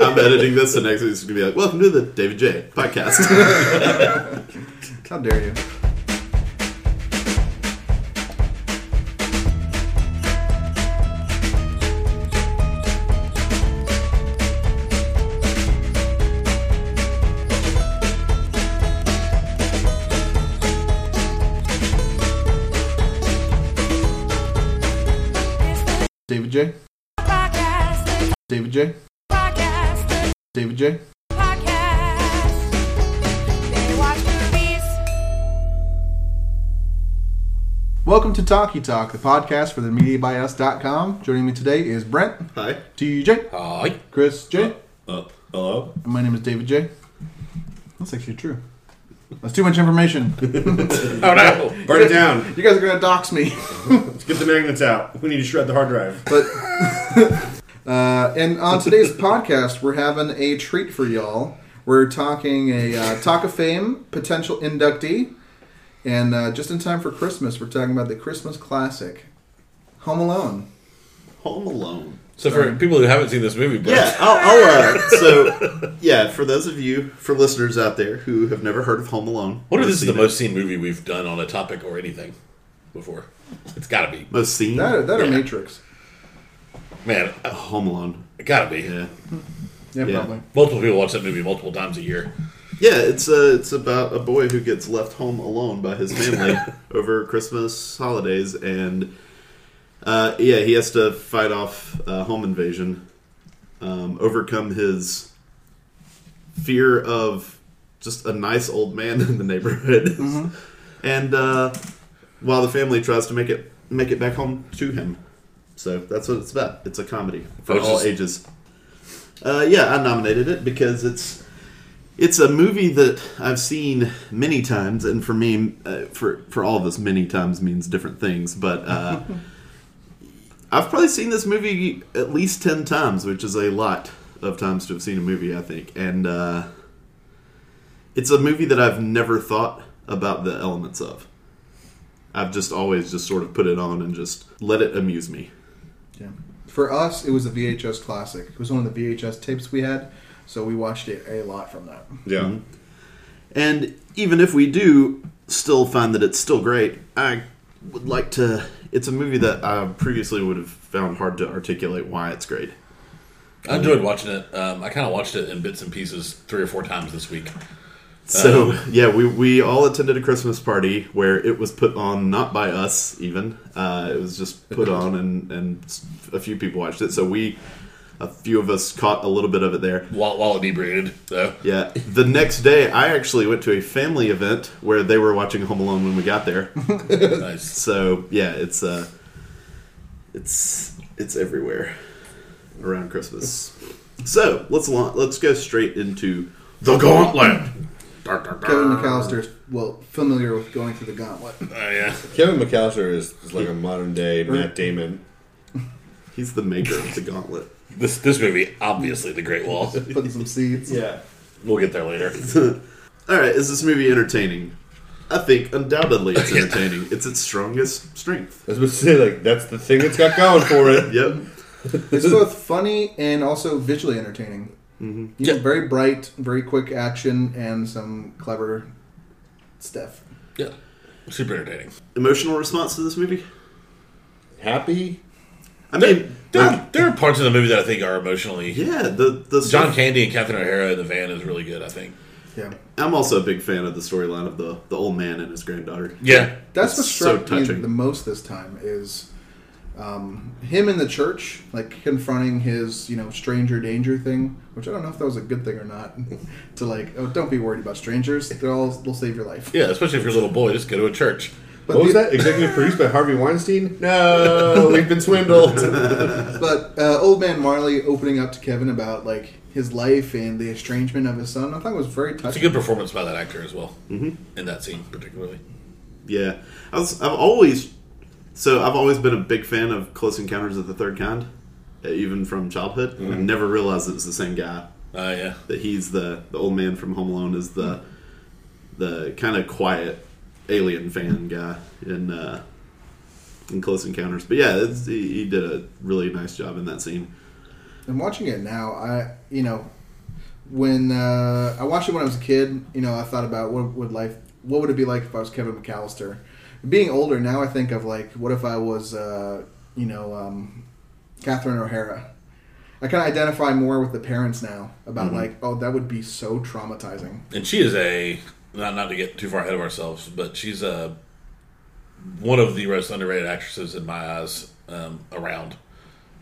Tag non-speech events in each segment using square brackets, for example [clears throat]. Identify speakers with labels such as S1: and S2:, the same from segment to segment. S1: I'm editing this, and next week it's gonna be like, "Welcome to the David J
S2: [laughs]
S1: podcast."
S3: How dare you? David J. David J. David J. Welcome to Talkie Talk, the podcast for the MediaByUs.com. Joining me today is Brent,
S1: Hi.
S3: TJ,
S4: Hi.
S3: Chris J,
S1: Uh, hello.
S3: and my name is David J. That's actually true. That's too much information.
S4: Oh no.
S2: Burn it down.
S3: You guys are gonna dox me.
S2: Let's get the magnets out. We need to shred the hard drive.
S3: But [laughs] uh, and on today's podcast, we're having a treat for y'all. We're talking a uh, Talk of Fame potential inductee, and uh, just in time for Christmas, we're talking about the Christmas classic, Home Alone.
S1: Home Alone.
S4: So for people who haven't seen this movie, Brett,
S1: Um, Yeah, I'll, I'll uh, so yeah, for those of you, for listeners out there who have never heard of Home Alone,
S4: what
S1: or
S4: if this is the
S1: seen it-
S4: most seen movie we've done on a topic or anything before? It's gotta be.
S1: most seen?
S3: That that or
S4: Yeah.
S3: Matrix?
S4: Man, uh,
S1: Home Alone.
S4: it gotta be.
S1: Yeah,
S3: Yeah,
S1: Yeah.
S3: probably.
S4: Multiple people watch that movie multiple times a year.
S1: yeah. It's uh, it's about a boy who gets left home alone by his
S4: [laughs]
S1: family over Christmas holidays, and uh, yeah, he has to fight off uh, home invasion, um, overcome his fear of just a nice old man [laughs] in the neighborhood, and uh, while the family tries to make it make it back home to him. So that's what it's about. It's a comedy for
S4: I was
S1: all
S4: just-
S1: ages. Uh, yeah, I nominated it because it's it's a movie that I've seen many times, and for me, uh, for for all of us, many times means different things. But uh, I've probably seen this movie at least ten times, which is a lot of times to have seen a movie. I think, and uh, it's a movie that I've never thought about the elements of. I've just always just sort of put it on and just let it amuse me.
S3: Yeah. For us, it was a VHS classic. It was one of the VHS tapes we had, so we watched it a lot from that.
S2: Yeah.
S1: Mm-hmm. And even if we do still find that it's still great, I would like to. It's a movie that I previously would have found hard to articulate why it's great.
S4: I enjoyed watching it. Um, I kind of watched it in bits and pieces three or four times this week.
S1: So [laughs] yeah, we, we all attended a Christmas party where it was put on not by us even. Uh, it was just put on and and a few people watched it. So we, a few of us caught a little bit of it there.
S4: While, while inebriated, though.
S1: Yeah. The next day, I actually went to a family event where they were watching Home Alone when we got there.
S4: Nice.
S1: So yeah, it's uh, it's it's everywhere around Christmas. So let's la- let's go straight into
S2: The gauntlet.
S3: Kevin McAllister's well familiar with going through the gauntlet.
S4: Oh, yeah.
S2: Kevin McAllister is, is like a modern day Matt Damon.
S1: he's the maker of the gauntlet.
S4: This, this movie, obviously, The Great Wall.
S3: Putting some seeds.
S2: Yeah.
S4: We'll get there later.
S1: [laughs] All right, is this movie entertaining? I think undoubtedly
S4: [laughs]
S1: it's entertaining. It's its strongest strength.
S2: I was about to say, like, that's the thing that's got going
S1: [laughs]
S2: for it.
S1: Yep.
S3: It's both funny and also visually entertaining. Mm-hmm.
S4: Yeah.
S3: Very bright, very quick action, and some clever stuff.
S4: Yeah. Super entertaining.
S1: Emotional response to this movie?
S2: Happy?
S1: I mean,
S4: There, there are parts of the movie that I think are emotionally.
S1: yeah. The the
S4: John
S1: stuff-
S4: Candy and Catherine O'Hara in the van is really good, I think.
S3: Yeah,
S1: I'm also a big fan of the storyline of the the old man and his granddaughter.
S4: Yeah.
S3: that's what
S1: It's so
S3: struck me
S1: touching.
S3: the most this time is um, him in the church, like confronting his you know stranger danger thing, which I don't know if that was a good thing or not. [laughs] to like, oh, don't be worried about strangers; they'll all they'll save your life.
S4: Yeah, especially if you're a little boy, just go to a church.
S3: But
S2: What was
S3: the-
S2: that? Executive produced by Harvey Weinstein? No, [laughs] we've been swindled.
S3: But uh, old man Marley opening up to Kevin about like his life and the estrangement of his son, I thought was very
S4: It's a
S3: touching.
S4: good performance by that actor as well, mm-hmm. in that scene particularly.
S1: Yeah, I was. I've always so I've always been a big fan of Close Encounters of the Third Kind, uh, even from childhood. I
S4: Mm-hmm.
S1: never realized it was the same guy.
S4: Oh yeah,
S1: That he's the the old man from Home Alone is the the kind of quiet alien fan guy in uh, in Close Encounters. But yeah, it's, he, he did a really nice job in that scene.
S3: And watching it now, I you know when uh, I watched it when I was a kid, you know, I thought about what would life, what would it be like if I was Kevin McAllister. Being older now, I think of like, what if I was, uh, you know, um, Catherine O'Hara. I kind of identify more with the parents now about like, oh, that would be so traumatizing.
S4: and she is a not not to get too far ahead of ourselves, but she's a one of the most underrated actresses in my eyes um, around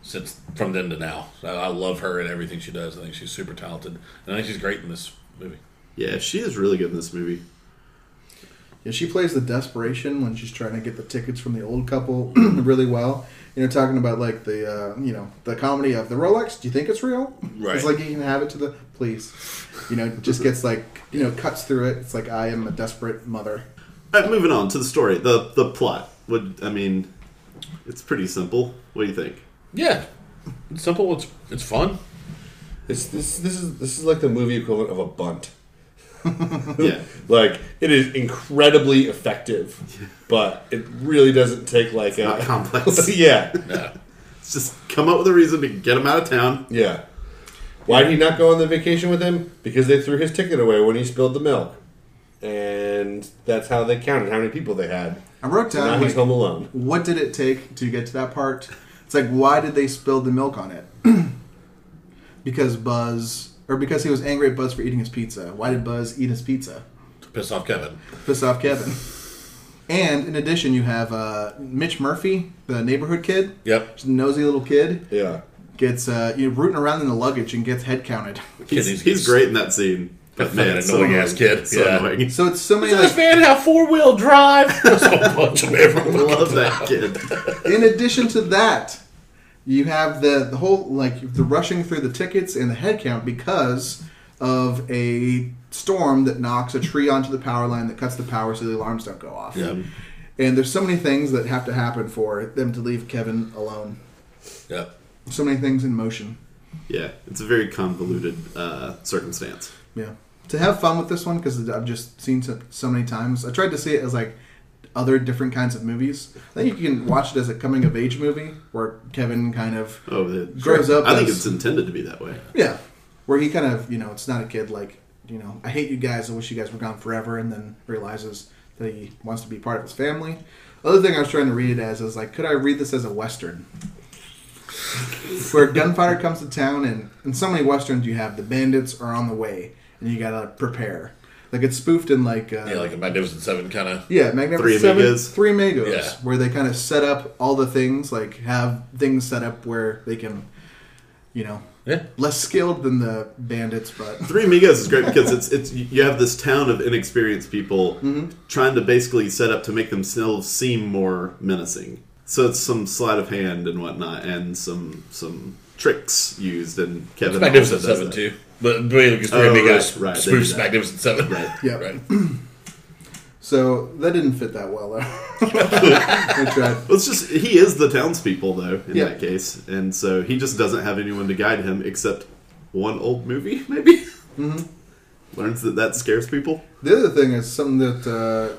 S4: since from then to now. I, I love her and everything she does. I think she's super talented, and I think she's great in this movie.
S1: Yeah, she is really good in this movie.
S3: Yeah, she plays the desperation when she's trying to get the tickets from the old couple [clears throat] really well. You know, talking about like the uh, you know the comedy of the Rolex. Do you think it's real?
S4: Right.
S3: It's like you can have it to the please. You know, just gets like you know cuts through it. It's like I am a desperate mother.
S1: All right, moving on to the story, the the plot. Would I mean, it's pretty simple. What do you
S4: [laughs]
S1: think?
S4: Yeah, it's simple. It's it's fun.
S2: This this this is this is like the movie equivalent of a bunt.
S1: Yeah,
S2: Like it is incredibly effective, but it really doesn't take like a
S1: not complex.
S2: [laughs] yeah,
S4: Yeah.
S1: it's just come up with a reason to get him out of town.
S2: yeah. Why did he not go on the vacation with him? Because they threw his ticket away when he spilled the milk, and that's how they counted how many people they had.
S3: I wrote
S2: So now
S3: down
S2: he's
S3: like,
S2: home alone.
S3: what did it take to get to that part? It's like why did they spill the milk on it? [clears throat] because Buzz or because he was angry at Buzz for eating his pizza. Why did Buzz eat his pizza?
S4: To piss off Kevin.
S3: piss off Kevin. And in addition, you have uh, Mitch Murphy, the neighborhood kid,
S4: Yep.
S3: just a nosy little kid,
S2: Yeah,
S3: gets uh, you know, rooting around in the luggage and gets head counted.
S1: He's,
S4: Kidneys
S1: he's
S4: gets-
S1: great in that
S4: [laughs]
S1: scene. But
S4: Fucking
S1: man, it's so
S4: annoying ass
S1: annoying.
S4: kid.
S1: It's So
S4: Yeah.
S1: annoying. [laughs]
S3: So it's so many
S4: Does
S3: like.
S4: man have four wheel drive? [laughs] Just a bunch of
S1: I
S4: everyone.
S1: love that kid.
S3: In addition to that, you have the the whole like the rushing through the tickets and the head count because of a storm that knocks a tree onto the power line that cuts the power so the alarms don't go off.
S4: Yeah.
S3: And there's so many things that have to happen for them to leave Kevin alone.
S4: Yep.
S3: So many things in motion.
S1: Yeah, it's a very convoluted uh, circumstance.
S3: Yeah. To have fun with this one because I've just seen so, so many times. I tried to see it as like other different kinds of movies. I think you can watch it as a coming of age movie where Kevin kind of
S1: Oh, it
S3: Grows up
S1: I think
S3: as-
S1: it's intended to be that way.
S3: yeah, where he kind of you know it's not a kid like you know I hate you guys. I wish you guys were gone forever, and then realizes that he wants to be part of his family. Other thing I was trying to read it as is like, could I read this as a western? Where a gunfighter comes to town, and in so many westerns, you have the bandits are on the way, and you gotta prepare. Like it's spoofed in like uh,
S4: Yeah, like a Magnificent Seven kind of.
S3: yeah, Magnificent
S1: Three
S3: Seven,
S1: Amigos.
S3: Three Amigos,
S4: Yeah.
S3: where they kind of set up all the things, like have things set up where they can, you know,
S4: Yeah.
S3: less skilled than the bandits, but [laughs]
S1: Three Amigos is great because it's it's you have this town of inexperienced people
S3: Mm-hmm.
S1: trying to basically set up to make themselves seem more menacing. So it's some sleight of hand and whatnot, and some some tricks used. And Kevin
S4: It's Magnificent
S1: also does
S4: Seven
S1: that.
S4: too. But really, because
S1: Oh,
S4: Three Amigos
S1: right, right, they do
S4: spoofs
S1: that.
S4: Magnificent Seven.
S1: Right.
S3: Yeah.
S4: Right.
S3: [clears throat] so that didn't fit that well though. [laughs] I tried.
S1: Well, it's just he is the townspeople though in
S3: Yeah.
S1: that case, and so he just doesn't have anyone to guide him except one old movie [laughs] maybe. Learns that that scares people.
S3: The other thing is something that uh,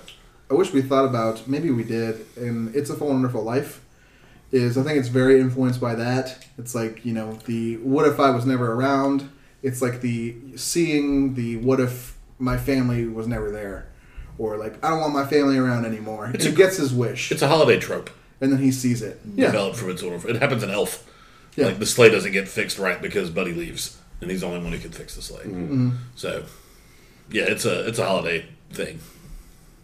S3: I wish we thought about. Maybe we did. And it's a wonderful life. Is I think it's very influenced by that. It's like you know the what if I was never around. It's like the seeing the what if my family was never there, or like I don't want my family around anymore. He gets his wish,
S4: It's a holiday trope
S3: and then he sees it. Yeah,
S4: developed from its older. It happens in Elf.
S3: Yeah.
S4: Like the sleigh doesn't get fixed right because Buddy leaves, and he's the only one who can fix the sleigh.
S1: Mm-hmm.
S4: So, yeah, it's a it's a holiday thing.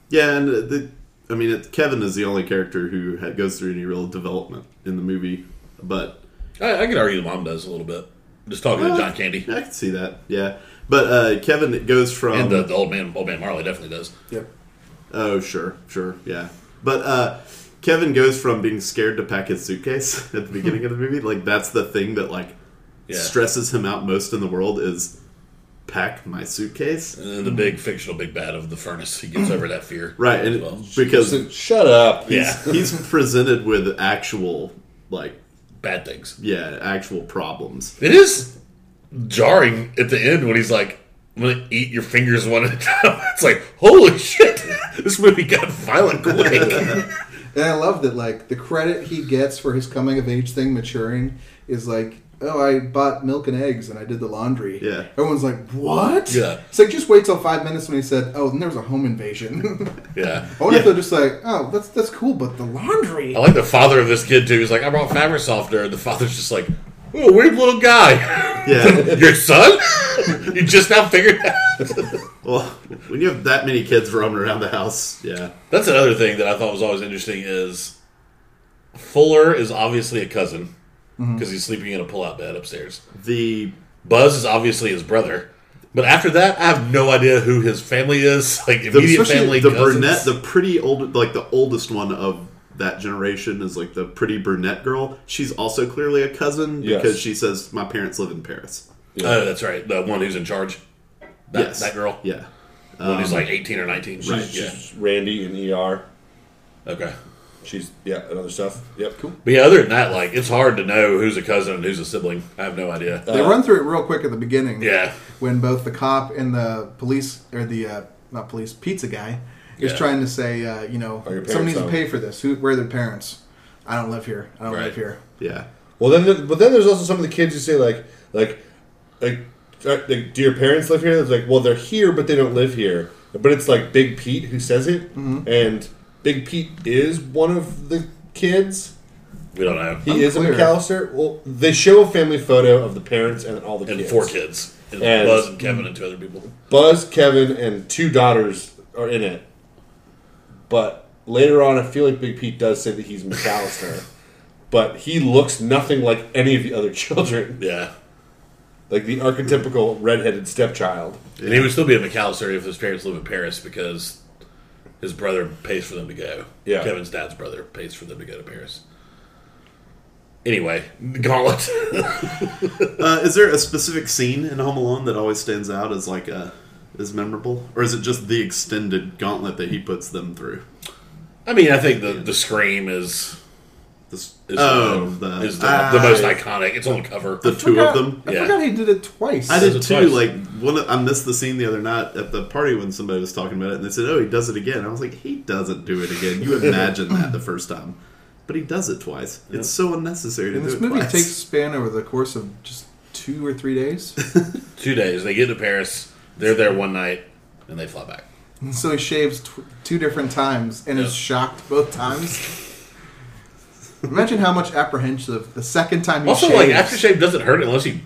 S1: Yeah, and the, I mean it, Kevin is the only character who ha goes through any real development in the movie, but
S4: I, I could argue the mom does a little bit. Just talking
S1: Uh,
S4: to John Candy
S1: I can see that. Yeah, but uh, Kevin it goes from
S4: and the, the old man old man Marley definitely does.
S3: yeah.
S1: oh sure sure yeah, but uh, Kevin goes from being scared to pack his suitcase [laughs] at the beginning of the movie. Like that's the thing that like
S4: Yeah.
S1: stresses him out most in the world is pack my suitcase.
S4: And then the big fictional big bad of the furnace. He gets over that fear.
S1: mm-hmm. Right, and
S4: as well.
S1: because
S2: So, shut up.
S4: Yeah.
S1: [laughs]
S4: [laughs]
S1: he's presented with actual like
S4: bad things.
S1: yeah actual problems.
S4: It is jarring at the end when he's like, "I'm gonna eat your fingers one at a time." [laughs] It's like, holy shit, [laughs] this movie got violent quick.
S3: And I love that like the credit he gets for his coming of age thing maturing is like oh, I bought milk and eggs and I did the laundry.
S1: Yeah.
S3: Everyone's like, what?
S4: Yeah.
S3: It's like, just wait till five minutes when he said, oh, and there was a home invasion. [laughs]
S4: Yeah.
S3: I wonder
S1: Yeah.
S3: if they're just like, oh, that's that's cool, but the laundry.
S4: I like the father of this kid too. He's like, I brought Fabric Softener, and the father's just like, oh, weird little guy. [laughs]
S1: Yeah.
S4: Your son? [laughs] you just now figured out.
S1: well, when you have that many kids roaming around the house, yeah.
S4: That's another thing that I thought was always interesting is Fuller is obviously a cousin because he's sleeping in a pull-out bed upstairs.
S1: The
S4: Buzz is obviously his brother. But after that, I have no idea who his family is. [laughs] Like
S1: the,
S4: immediate family,
S1: especially the
S4: cousins.
S1: brunette, the pretty old, like the oldest one of that generation is like the pretty brunette girl. She's also clearly a cousin
S2: Yes.
S1: because she says my parents live in Paris.
S4: Oh, that's right. The one who's in charge. That,
S1: yes,
S4: that girl.
S1: Yeah, um,
S4: The one who's like eighteen or nineteen.
S2: She's,
S4: Right. Yeah.
S2: she's Randy in ER.
S4: Okay.
S2: She's yeah, and other stuff. Yep, cool.
S4: But yeah, other than that, like it's hard to know who's a cousin and who's a sibling. I have no idea.
S2: Uh,
S3: they run through it real quick at the beginning.
S4: Yeah.
S3: When both the cop and the police, or the uh, not police, pizza guy, is
S4: Yeah. Oh,
S3: trying to say, uh, you know,
S2: Are your parents
S3: someone needs to
S2: home?
S3: pay for this. Who? Where are their parents? I don't live here. I don't
S4: Right.
S3: live here.
S1: yeah.
S2: Well, then, the, but then there's also some of the kids who say like, like, like, uh, like do your parents live here? It's like, well, they're here, but they don't live here. But it's like Big Pete who says it,
S4: Mm-hmm.
S2: and Big Pete is one of the kids.
S4: We don't know.
S2: He is
S3: Unclear.
S2: a McAllister. Well, they show a family photo of the parents and all the
S4: and
S2: kids.
S4: four kids. And
S2: And-
S4: Buzz and Kevin and two other people.
S2: Buzz, Kevin, and two daughters are in it. But later on, I feel like Big Pete does say that
S3: [laughs]
S2: he's McAllister, but he looks nothing like any of the other children.
S4: Yeah.
S2: like the archetypical redheaded stepchild.
S4: And he would still be a McAllister if his parents live in Paris because his brother pays for them to go.
S2: Yeah.
S4: Kevin's dad's brother pays for them to go to Paris. Anyway, Gauntlet.
S1: Uh, is there a specific scene in Home Alone that always stands out as like a as memorable, or is it just the extended gauntlet that he puts them through?
S4: [laughs] I mean, I think the, the scream is
S1: This,
S4: is,
S1: oh,
S4: the,
S1: the,
S4: is the,
S1: ah,
S4: the most iconic. It's on cover.
S1: the two
S3: Forgot-
S1: of them.
S3: I
S4: Yeah.
S3: forgot he did it twice.
S1: I did
S4: it
S1: too.
S4: twice.
S1: Like one, of- I missed the scene the other night at the party when somebody was talking about it, and they said, "Oh, he does it again." I was like, "He doesn't do it again." You imagine that the first time, but he does it twice. It's so unnecessary to
S3: And
S1: do
S3: this
S1: it
S3: movie
S1: twice.
S3: takes span over the course of just two or three days.
S4: [laughs] two days. They get to Paris. They're there one night, and they fly back.
S3: And so he shaves tw- two different times and is
S4: Yeah.
S3: shocked both times. Imagine how much apprehensive the second time he
S4: Also,
S3: shaves.
S4: like aftershave doesn't hurt unless you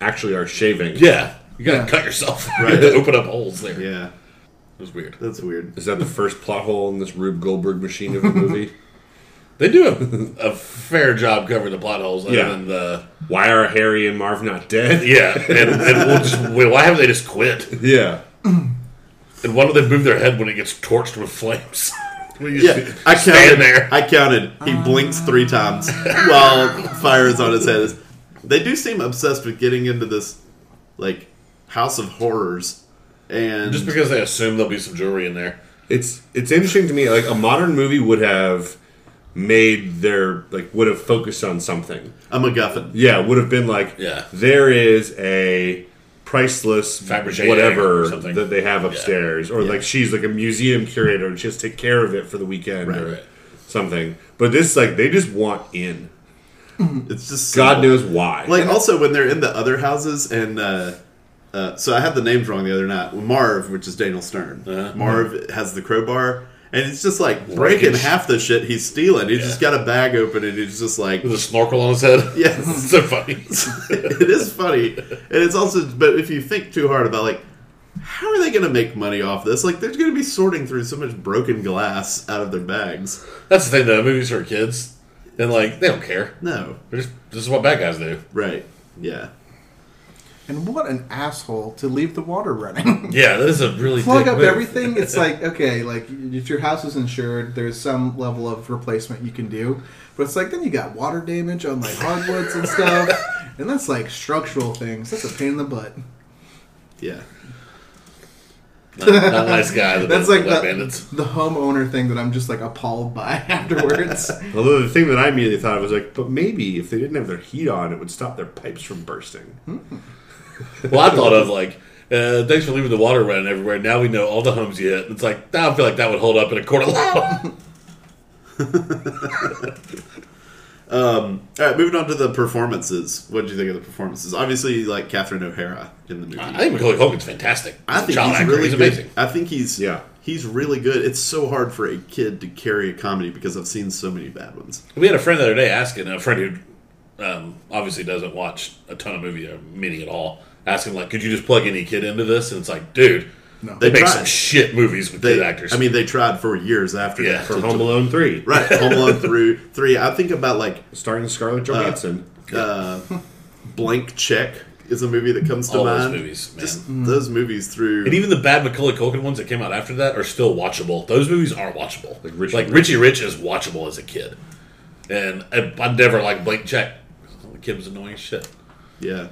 S2: Actually, are shaving.
S4: yeah you gotta
S3: Yeah.
S4: cut yourself [laughs]
S1: Right.
S4: to open up holes there. It
S1: [laughs] yeah,
S4: was weird.
S1: that's weird.
S2: Is that the first plot hole in this Rube Goldberg machine of
S1: [laughs]
S2: a movie?
S4: They do a, [laughs] a fair job covering the plot holes. Other
S2: Yeah.
S4: than the
S2: Why are Harry and Marv not dead?
S4: yeah, and, and we'll just wait, why haven't they just quit?
S2: Yeah.
S4: And why don't they move their head when it gets torched with flames? [laughs] We just
S1: Yeah, I
S4: stand
S1: counted.
S4: there.
S1: I counted. He
S3: Uh,
S1: blinks three times while fire is on his head. They do seem obsessed with getting into this like house of horrors, and
S4: just because they assume there'll be some jewelry in there.
S2: It's it's interesting to me. Like a modern movie would have made their like would have focused on something.
S1: a MacGuffin.
S2: Yeah, would have been like
S4: Yeah.
S2: there is a priceless
S4: Fabergé egg
S2: whatever
S4: or something.
S2: that they have upstairs, or like she's like a museum curator and she has to take care of it for the weekend or
S4: Right.
S2: something. But this like they just want in.
S1: It's just
S2: God
S1: simple.
S2: knows why.
S1: Like also when they're in the other houses and uh, uh, so I had the names wrong the other night. Marv, which is Daniel Stern,
S4: Uh-huh.
S1: Marv has the crowbar, and it's just like breaking
S4: Breakage.
S1: half the shit he's stealing. He's
S4: Yeah.
S1: just got a bag open and he's just
S4: [laughs]
S1: like, [laughs]
S4: With a snorkel on his [laughs] head.
S1: Yes.
S4: so funny.
S1: it is funny, and it's also. But if you think too hard about like. How are they going to make money off this? Like, they're going to be sorting through so much broken glass out of their bags.
S4: That's the thing though, movies for kids. And like they don't care.
S1: No,
S4: They're just this is what bad guys do.
S1: right? Yeah,
S3: and what an asshole to leave the water
S4: [laughs]
S3: running.
S4: Yeah, that is a really
S3: Plug
S4: dick
S3: up
S4: move.
S3: everything.
S4: [laughs]
S3: It's like okay, like if your house is insured, there's some level of replacement you can do. But it's like then you got water damage on like hardwoods and
S4: [laughs]
S3: stuff, and that's like structural things. That's a pain in the butt.
S1: yeah.
S4: Not, not nice guy. The
S3: [laughs] That's like
S4: the
S3: the,
S4: bandits.
S3: the homeowner thing that I'm just like appalled by [laughs] afterwards.
S2: Although the thing that I immediately thought of was like, but maybe if they didn't have their heat on, it would stop their pipes from bursting.
S4: Well, I thought of like, uh, thanks for leaving the water running everywhere. Now we know all the homes you hit. It's like I feel like that would hold up in a court of law.
S1: Um, all right, moving on to the performances. What did you think of the performances? Obviously, like Catherine O'Hara in the movie.
S4: [laughs] I think Macaulay Culkin's fantastic.
S1: I
S4: As a
S1: think
S4: child
S1: he's
S4: actor,
S1: really
S4: he's
S1: good.
S4: amazing.
S1: I think he's
S2: Yeah.
S1: he's really good. It's so hard for a kid to carry a comedy because I've seen so many bad ones.
S4: We had a friend the other day asking a friend who um, obviously doesn't watch a ton of movie or many at all, asking like, could you just plug any kid into this? And it's like, dude, they,
S1: They
S4: make
S1: tried.
S4: some shit movies with
S1: They,
S4: kid actors.
S1: I mean, they tried for years after
S4: Yeah,
S1: that.
S2: for
S1: to-
S2: Home Alone three,
S1: [laughs] right, Home
S4: [laughs]
S1: Alone through three. I think about like
S2: starring Scarlett Johansson.
S1: uh, Blank Check is a movie that comes to
S4: All those
S1: mind.
S4: movies, man. Mm.
S1: Just those movies through.
S4: and even the bad Macaulay Culkin ones that came out after that are still watchable. Those movies are watchable. Like,
S2: Richie Rich.
S4: Richie Rich is watchable as a kid, and I, I never liked Blake Check. The kid was annoying as shit.
S1: yeah,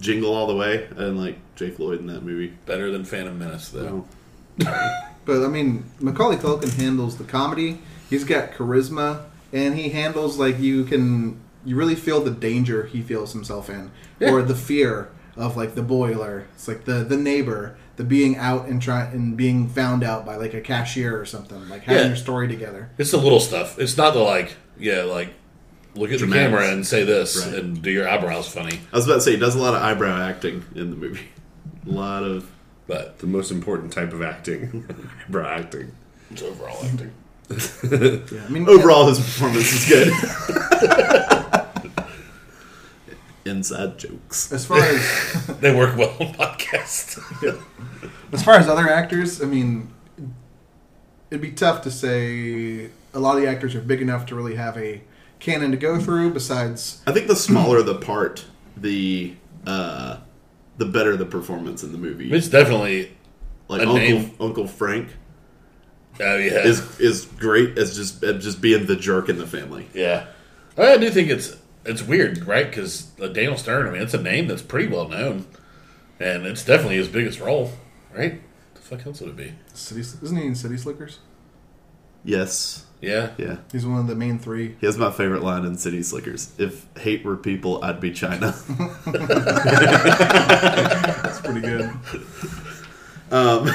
S1: Jingle All the Way and like Jay Floyd in that movie.
S4: Better than Phantom Menace though.
S1: Oh.
S3: But I mean, Macaulay Culkin handles the comedy. He's got charisma, and he handles like you can. You really feel the danger he feels himself in, or the fear of like the boiler. It's like the the neighbor, the being out and try and being found out by like a cashier or something. Like having
S4: Yeah.
S3: your story together.
S4: It's the little stuff. It's not the like, yeah, like look at
S1: Dramatics.
S4: the camera and say this
S1: Right.
S4: and do your eyebrows funny.
S1: I was about to say he does a lot of eyebrow acting in the movie. A lot of
S4: But
S2: the most important type of acting, [laughs] bro, acting.
S4: it's overall acting.
S3: Yeah, I mean,
S1: overall his performance is good. [laughs] Inside jokes.
S3: as far as
S4: [laughs] They work well on podcasts.
S3: As far as other actors, I mean, it'd be tough to say a lot of the actors are big enough to really have a canon to go through. Besides,
S1: I think the smaller the part, the uh, the better the performance in the movie.
S4: it's definitely
S1: like
S4: a
S1: Uncle
S4: name.
S1: Uncle Frank
S4: oh yeah.
S1: is is great as just at just being the jerk in the family.
S4: yeah. I do think it's it's weird, right? Because Daniel Stern, I mean, it's a name that's pretty well known, and it's definitely his biggest role, right? The fuck else would it be?
S3: City, isn't he in City Slickers?
S1: Yes.
S4: Yeah,
S1: Yeah.
S3: He's one of the main three.
S1: Here's my favorite line in City Slickers. If hate were people, I'd be China.
S3: That's pretty
S4: [laughs]
S3: good. Um.
S4: Um.
S3: [laughs]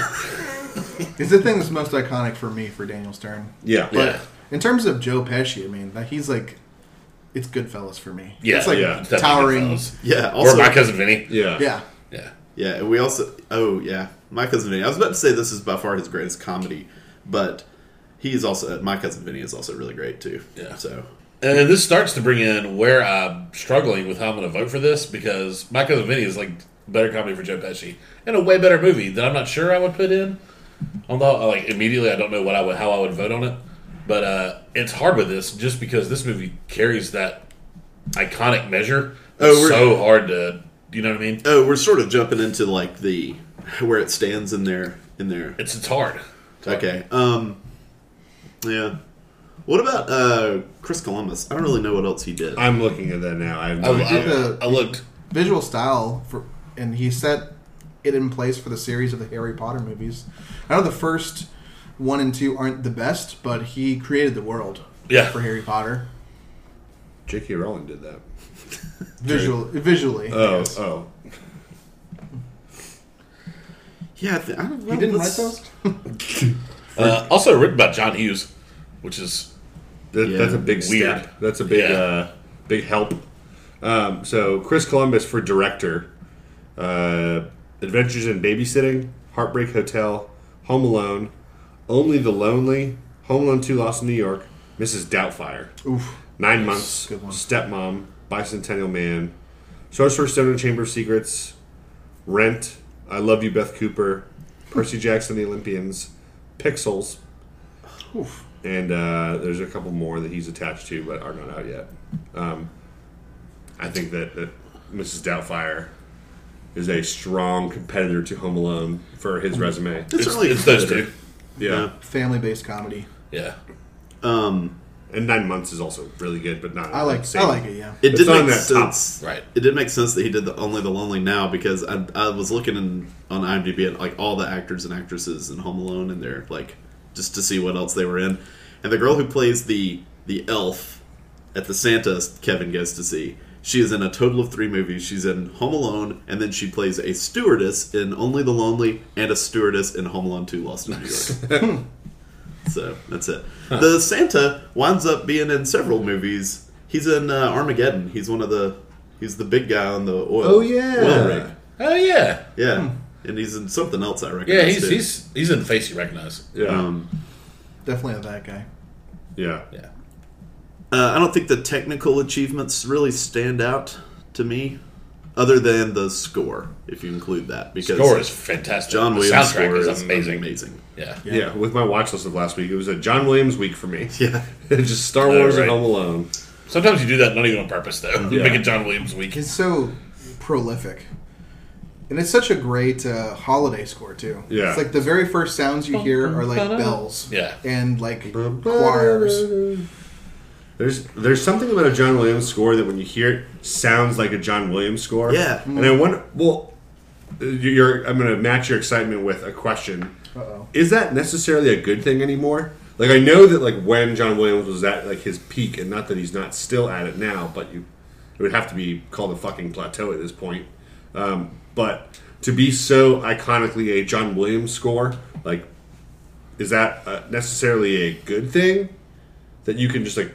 S3: it's the thing that's most iconic for me for Daniel Stern.
S2: Yeah,
S4: yeah,
S3: In terms of Joe Pesci, I mean, that he's like, it's Goodfellas for me.
S4: yeah.
S3: it's like
S2: yeah.
S4: It's definitely
S3: towering.
S4: Goodfellas.
S1: [laughs] yeah.
S4: Or
S1: Also,
S4: my cousin Vinny.
S2: yeah,
S3: Yeah,
S4: Yeah.
S1: Yeah, and we also. Oh, yeah, My Cousin Vinny. I was about to say this is by far his greatest comedy, but he's also uh, My Cousin Vinny is also really great too.
S4: Yeah.
S1: So
S4: And then this starts to bring in where I'm struggling with how I'm going to vote for this because My Cousin Vinny is like better comedy for Joe Pesci and a way better movie that I'm not sure I would put in. Although, like immediately, I don't know what I would how I would vote on it. But uh, it's hard with this just because this movie carries that iconic measure.
S1: Oh,
S4: It's
S1: we're-
S4: so hard to you know what I mean.
S1: oh, we're sort of jumping into like the where it stands in their in their.
S4: It's it's hard.
S1: Okay. Um. Yeah. What about uh Chris Columbus? I don't really know what else he did.
S2: I'm looking at that now. I have
S1: Oh,
S4: I,
S2: no idea.
S4: I, I looked.
S3: visual style for, and he set it in place for the series of the Harry Potter movies. I know the first one and two aren't the best, but he created the world
S4: Yeah.
S3: for Harry Potter
S2: J.K. Rowling did that.
S3: visual visually.
S4: Uh,
S2: Oh, oh,
S1: yeah, I, th- I don't know.
S3: he didn't write
S1: let's-
S3: those.
S4: Uh, also written by John Hughes, which is
S2: That,
S1: Yeah.
S2: That's a big
S4: Weird.
S2: step. That's a big,
S4: Yeah.
S2: uh, big help. Um, so Chris Columbus for director, uh, Adventures in Babysitting, Heartbreak Hotel, Home Alone, Only the Lonely, Home Alone Two, Lost in New York, Mrs. Doubtfire,
S3: Oof.
S2: Nine Months,
S3: Good one.
S2: Stepmom, Bicentennial Man, Sorcerer's Stone and Chamber of Secrets, Rent, I Love You, Beth Cooper, Percy Jackson, and The Olympians, Pixels,
S3: Oof.
S2: and uh, there's a couple more that he's attached to but are not out yet. Um, I think that, that Mrs. Doubtfire is a strong competitor to Home Alone for his resume.
S1: It's,
S4: it's,
S1: really
S4: it's those two.
S2: Yeah,
S3: Family based comedy.
S4: Yeah.
S1: Um,
S2: and Nine Months is also really good, but not
S3: I like I like it, yeah.
S1: it
S2: It's
S1: did
S2: on
S1: make
S2: that top,
S1: sense.
S4: right.
S1: It did make sense that he did the Only the Lonely now because I, I was looking in, on IMDb at like all the actors and actresses in Home Alone and they're like just to see what else they were in. And the girl who plays the the elf at the Santa Kevin goes to see. She is in a total of three movies. She's in Home Alone, and then she plays a stewardess in Only the Lonely, and a stewardess in Home Alone 2 Lost in New York. So that's it. The Santa winds up being in several movies. He's in uh, Armageddon. He's one of the. He's the big guy on the oil.
S3: Oh, yeah.
S1: oil rig.
S4: Oh yeah,
S1: Yeah, and he's in something else. I recognize.
S4: yeah. He's
S1: too.
S4: he's he's in face you recognize.
S2: Yeah.
S1: Um,
S3: Definitely that guy.
S2: yeah.
S4: Yeah.
S1: uh, I don't think the technical achievements really stand out to me, other than the score, if you include that, because
S4: Score is fantastic.
S1: John
S4: the
S1: Williams'
S4: soundtrack
S1: score
S4: is,
S1: is
S4: amazing.
S1: amazing.
S4: Yeah.
S2: yeah. With my watch list of last week, it was a John Williams week for me.
S1: Yeah.
S2: [laughs] Just Star Wars
S4: right.
S2: and Home Alone.
S4: Sometimes you do that not even on purpose though. [laughs]
S2: Yeah.
S4: Make it John Williams week.
S3: He's so prolific. And it's such a great uh, holiday score too.
S2: Yeah.
S3: it's like the very first sounds you hear are like bells,
S4: Yeah.
S3: and like choirs.
S2: There's there's something about a John Williams score that when you hear it sounds like a John Williams score.
S1: Yeah.
S2: And I wonder. Well, you're. I'm going to match your excitement with a question.
S3: Uh-oh.
S2: Is that necessarily a good thing anymore? Like I know that like when John Williams was at like his peak, and not that he's not still at it now, but you it would have to be called a fucking plateau at this point. Um, but to be so iconically a John Williams score, like, is that uh, necessarily a good thing? that you can just like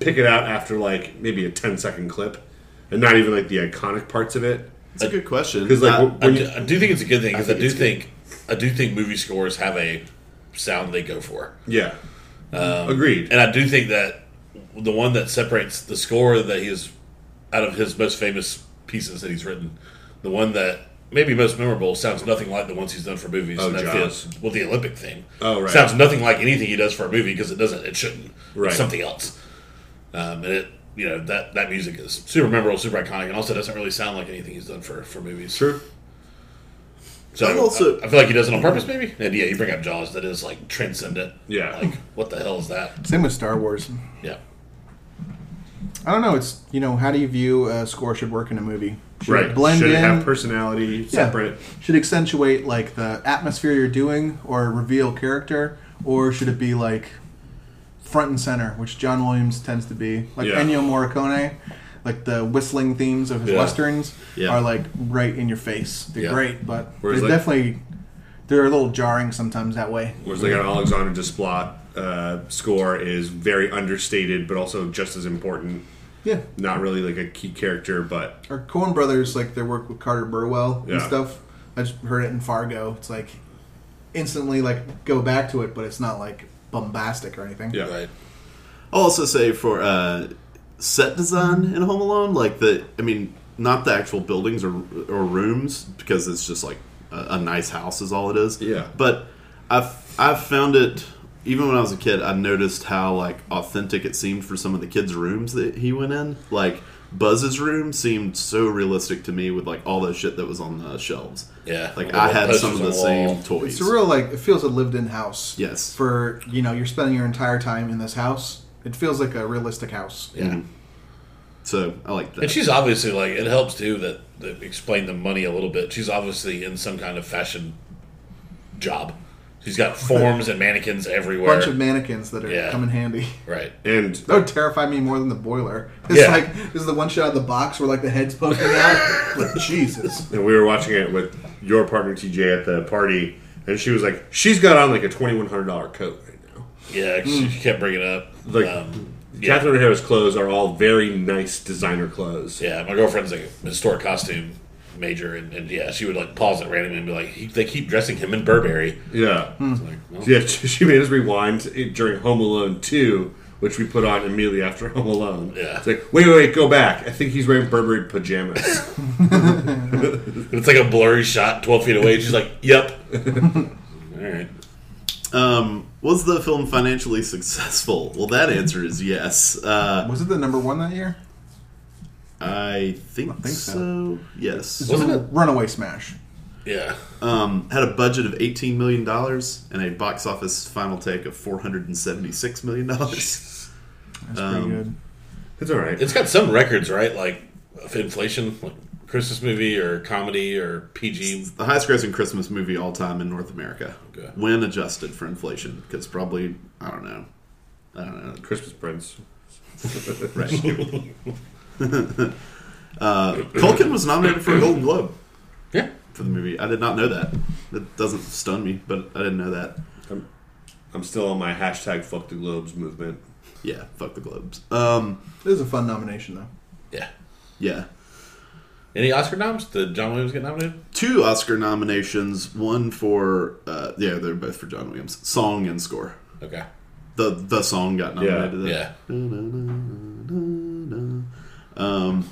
S2: pick it out after like maybe a 10 second clip and not even like the iconic parts of it
S1: It's a good question.
S2: because like
S1: Uh,
S2: w-
S4: I
S2: when you-
S4: do, I do think it's a good thing because I,
S2: think
S4: do
S2: it's good.
S4: think I do think movie scores have a sound they go for,
S2: yeah agreed
S4: and I do think that the one that separates the score that he is out of his most famous pieces that he's written, the one that maybe most memorable sounds nothing like the ones he's done for movies.
S2: Oh,
S4: and that's
S2: Jaws.
S4: the, well, the Olympic theme.
S2: Oh, right.
S4: Sounds nothing like anything he does for a movie because it doesn't. It shouldn't.
S2: Right.
S4: It's something else. Um, and it, you know, that that music is super memorable, super iconic, and also doesn't really sound like anything he's done for for movies.
S2: sure
S4: So
S1: I'm also-
S4: I, I feel like he does it on purpose, maybe. And yeah, you bring up Jaws, that is like transcendent.
S2: Yeah.
S4: like what the hell is that?
S3: Same with Star Wars.
S4: Yeah,
S3: I don't know. It's you know how do you view a score should work in a movie? Should
S2: right
S3: it blend
S2: should
S3: in?
S2: it have personality separate
S3: Should it accentuate like the atmosphere you're doing or reveal character, or should it be like front and center, which John Williams tends to be, like
S2: Yeah.
S3: Ennio Morricone, like the whistling themes of his
S4: Yeah.
S3: westerns
S1: Yeah.
S3: are like right in your face. They're
S4: Yeah.
S3: great, but
S2: Whereas,
S3: they're
S2: like-
S3: definitely they're a little jarring sometimes that way.
S2: whereas like an alexander desplat uh, score is very understated but also just as important
S3: Yeah.
S2: not really like a key character but
S3: Or Coen Brothers, like their work with Carter Burwell and
S2: Yeah.
S3: stuff. I just heard it in Fargo. It's like instantly like go back to it, but it's not like bombastic or anything.
S2: yeah
S4: right.
S1: I'll also say for uh, set design in Home Alone, like the, I mean, not the actual buildings or, or rooms, because it's just like a, a nice house is all it is.
S2: Yeah.
S1: But I've, I've found it, even when I was a kid, I noticed how like authentic it seemed for some of the kids' rooms that he went in. Like Buzz's room seemed so realistic to me with like all the shit that was on the shelves.
S4: Yeah,
S1: Like
S4: the
S1: I had
S4: posters
S1: some of
S4: on
S1: the
S4: the
S1: same
S4: wall.
S1: toys.
S3: It's a real like it feels a lived in house.
S1: Yes.
S3: For you know, you're spending your entire time in this house. It feels like a realistic house.
S4: Yeah,
S1: so I like that.
S4: and she's obviously like it helps too that, that explain the money a little bit. She's obviously in some kind of fashion job.
S3: [laughs]
S4: She's got forms and mannequins everywhere.
S3: Bunch of mannequins that are
S4: Yeah.
S3: come in handy. [laughs]
S4: right.
S2: and
S3: That would terrify me more than the boiler. It's
S4: Yeah.
S3: like this is the one shot of the box where like the head's poking out.
S2: [laughs]
S3: like Jesus.
S2: and we were watching it with your partner TJ at the party, and she was like, "She's got on like a twenty one hundred dollar coat right now."
S4: Yeah,
S3: Mm.
S4: she she kept bringing it up.
S2: Like,
S4: um, yeah,
S2: Catherine O'Hara's clothes are all very nice designer clothes.
S4: yeah. My girlfriend's a historic costume major, and, and yeah, she would like pause at randomly and be like, he, "They keep dressing him in Burberry."
S2: Yeah,
S4: It's like, well,
S2: yeah. [laughs] She made us rewind it during Home Alone two, which we put on immediately after [laughs] Home Alone.
S4: Yeah.
S2: it's like wait, wait, wait, go back. I think he's wearing Burberry pajamas. [laughs]
S4: It's like a blurry shot, twelve feet away. and She's like, "Yep."
S3: [laughs]
S4: All right.
S1: Um, was the film financially successful? [laughs] Well, that answer is yes. Uh,
S3: Was it the number one that year?
S1: I think,
S3: think so.
S1: so. Yes.
S4: Wasn't it?
S3: Runaway Smash.
S4: Yeah.
S1: Um, had a budget of eighteen million dollars and a box office final take of four hundred and seventy-six million dollars.
S3: That's
S4: Um,
S3: pretty good.
S2: it's all right.
S4: It's got some records, right? Like of inflation, like Christmas movie or comedy or PG.
S1: The highest-grossing Christmas movie all time in North America,
S4: Okay.
S1: when adjusted for inflation, because probably I don't know, I don't know,
S2: Christmas
S4: [laughs]
S2: Prince.
S1: right? uh, Culkin was nominated for a Golden Globe.
S4: Yeah.
S1: for the movie. I did not know that. That doesn't stun me, but I didn't know that.
S2: Um, I'm still on my hashtag fuck the globes movement.
S1: Yeah, fuck the Globes. Um,
S3: It is a fun nomination, though.
S4: Yeah.
S1: yeah,
S4: Any Oscar noms? Did John Williams get nominated?
S1: two Oscar nominations. One for uh, yeah, they're both for John Williams. Song and score.
S4: Okay.
S1: The the song got nominated.
S4: Yeah.
S1: Um,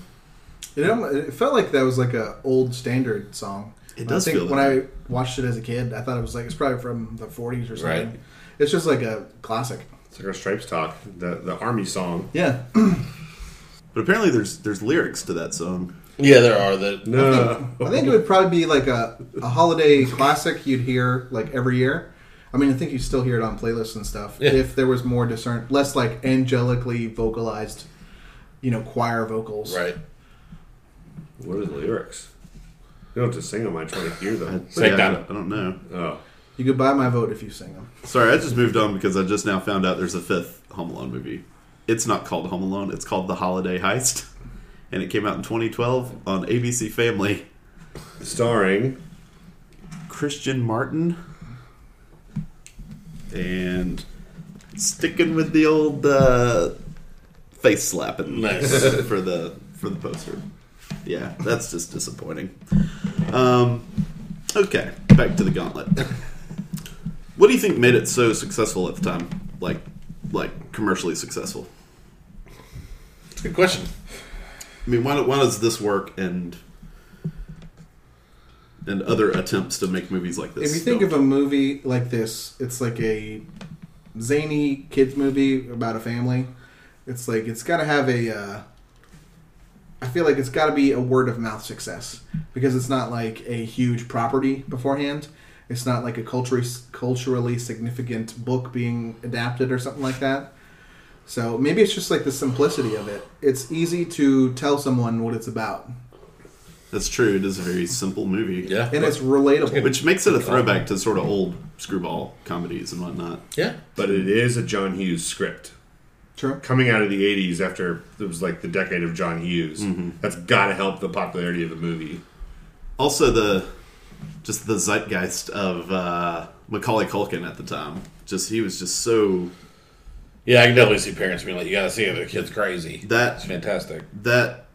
S3: It, almo- it felt like that was like a old standard song.
S1: It
S3: When
S1: does
S3: I think
S1: feel that
S3: when I watched it as a kid, I thought it was like it's probably from the 40s or something.
S4: Right.
S3: It's just like a classic.
S2: It's like our stripes talk, the the army song.
S3: Yeah,
S1: but apparently there's there's lyrics to that song.
S4: Yeah, there are the
S2: No,
S3: [clears throat] I think it would probably be like a, a holiday classic you'd hear like every year. I mean, I think you still hear it on playlists and stuff.
S4: Yeah.
S3: If there was more discern, less like angelically vocalized, you know, choir vocals.
S4: right.
S2: what are the lyrics? You don't have to sing them. I try to hear
S4: [laughs]
S2: them.
S1: So, yeah, I
S4: down.
S1: don't- I don't know.
S2: Oh,
S3: You could buy my vote if you sing them.
S1: Sorry, I just moved on because I just now found out there's a fifth Home Alone movie. It's not called Home Alone, it's called The Holiday Heist. And it came out in 2012 on ABC Family.
S2: starring
S1: Christian Martin. And sticking with the old uh, face slapping
S4: Nice.
S1: [laughs] for the for the poster. Yeah, that's just disappointing. Um, okay, back to the gauntlet. What do you think made it so successful at the time? Like, like commercially successful?
S4: It's a good question.
S1: I mean, why, why does this work and and other attempts to make movies like this?
S3: If you think
S1: don't?
S3: of a movie like this, it's like a zany kids movie about a family. It's like it's got to have a. Uh, I feel like it's got to be a word of mouth success because it's not like a huge property beforehand. It's not like a culturally culturally significant book being adapted or something like that. So maybe it's just like the simplicity of it. It's easy to tell someone what it's about,
S1: that's true. It is a very simple movie.
S4: Yeah.
S3: and it's relatable.
S1: which makes it a throwback to sort of old screwball comedies and whatnot.
S4: yeah.
S2: but it is a John Hughes script.
S3: True.
S2: Coming out of the 80s after it was like the decade of John Hughes. That's got to help the popularity of the movie.
S1: Also, the just the zeitgeist of uh, Macaulay Culkin at the time. Just he was just so
S4: Yeah, I can definitely see parents being like, "You gotta see it. Their kid's crazy."
S1: that
S4: That's fantastic.
S1: that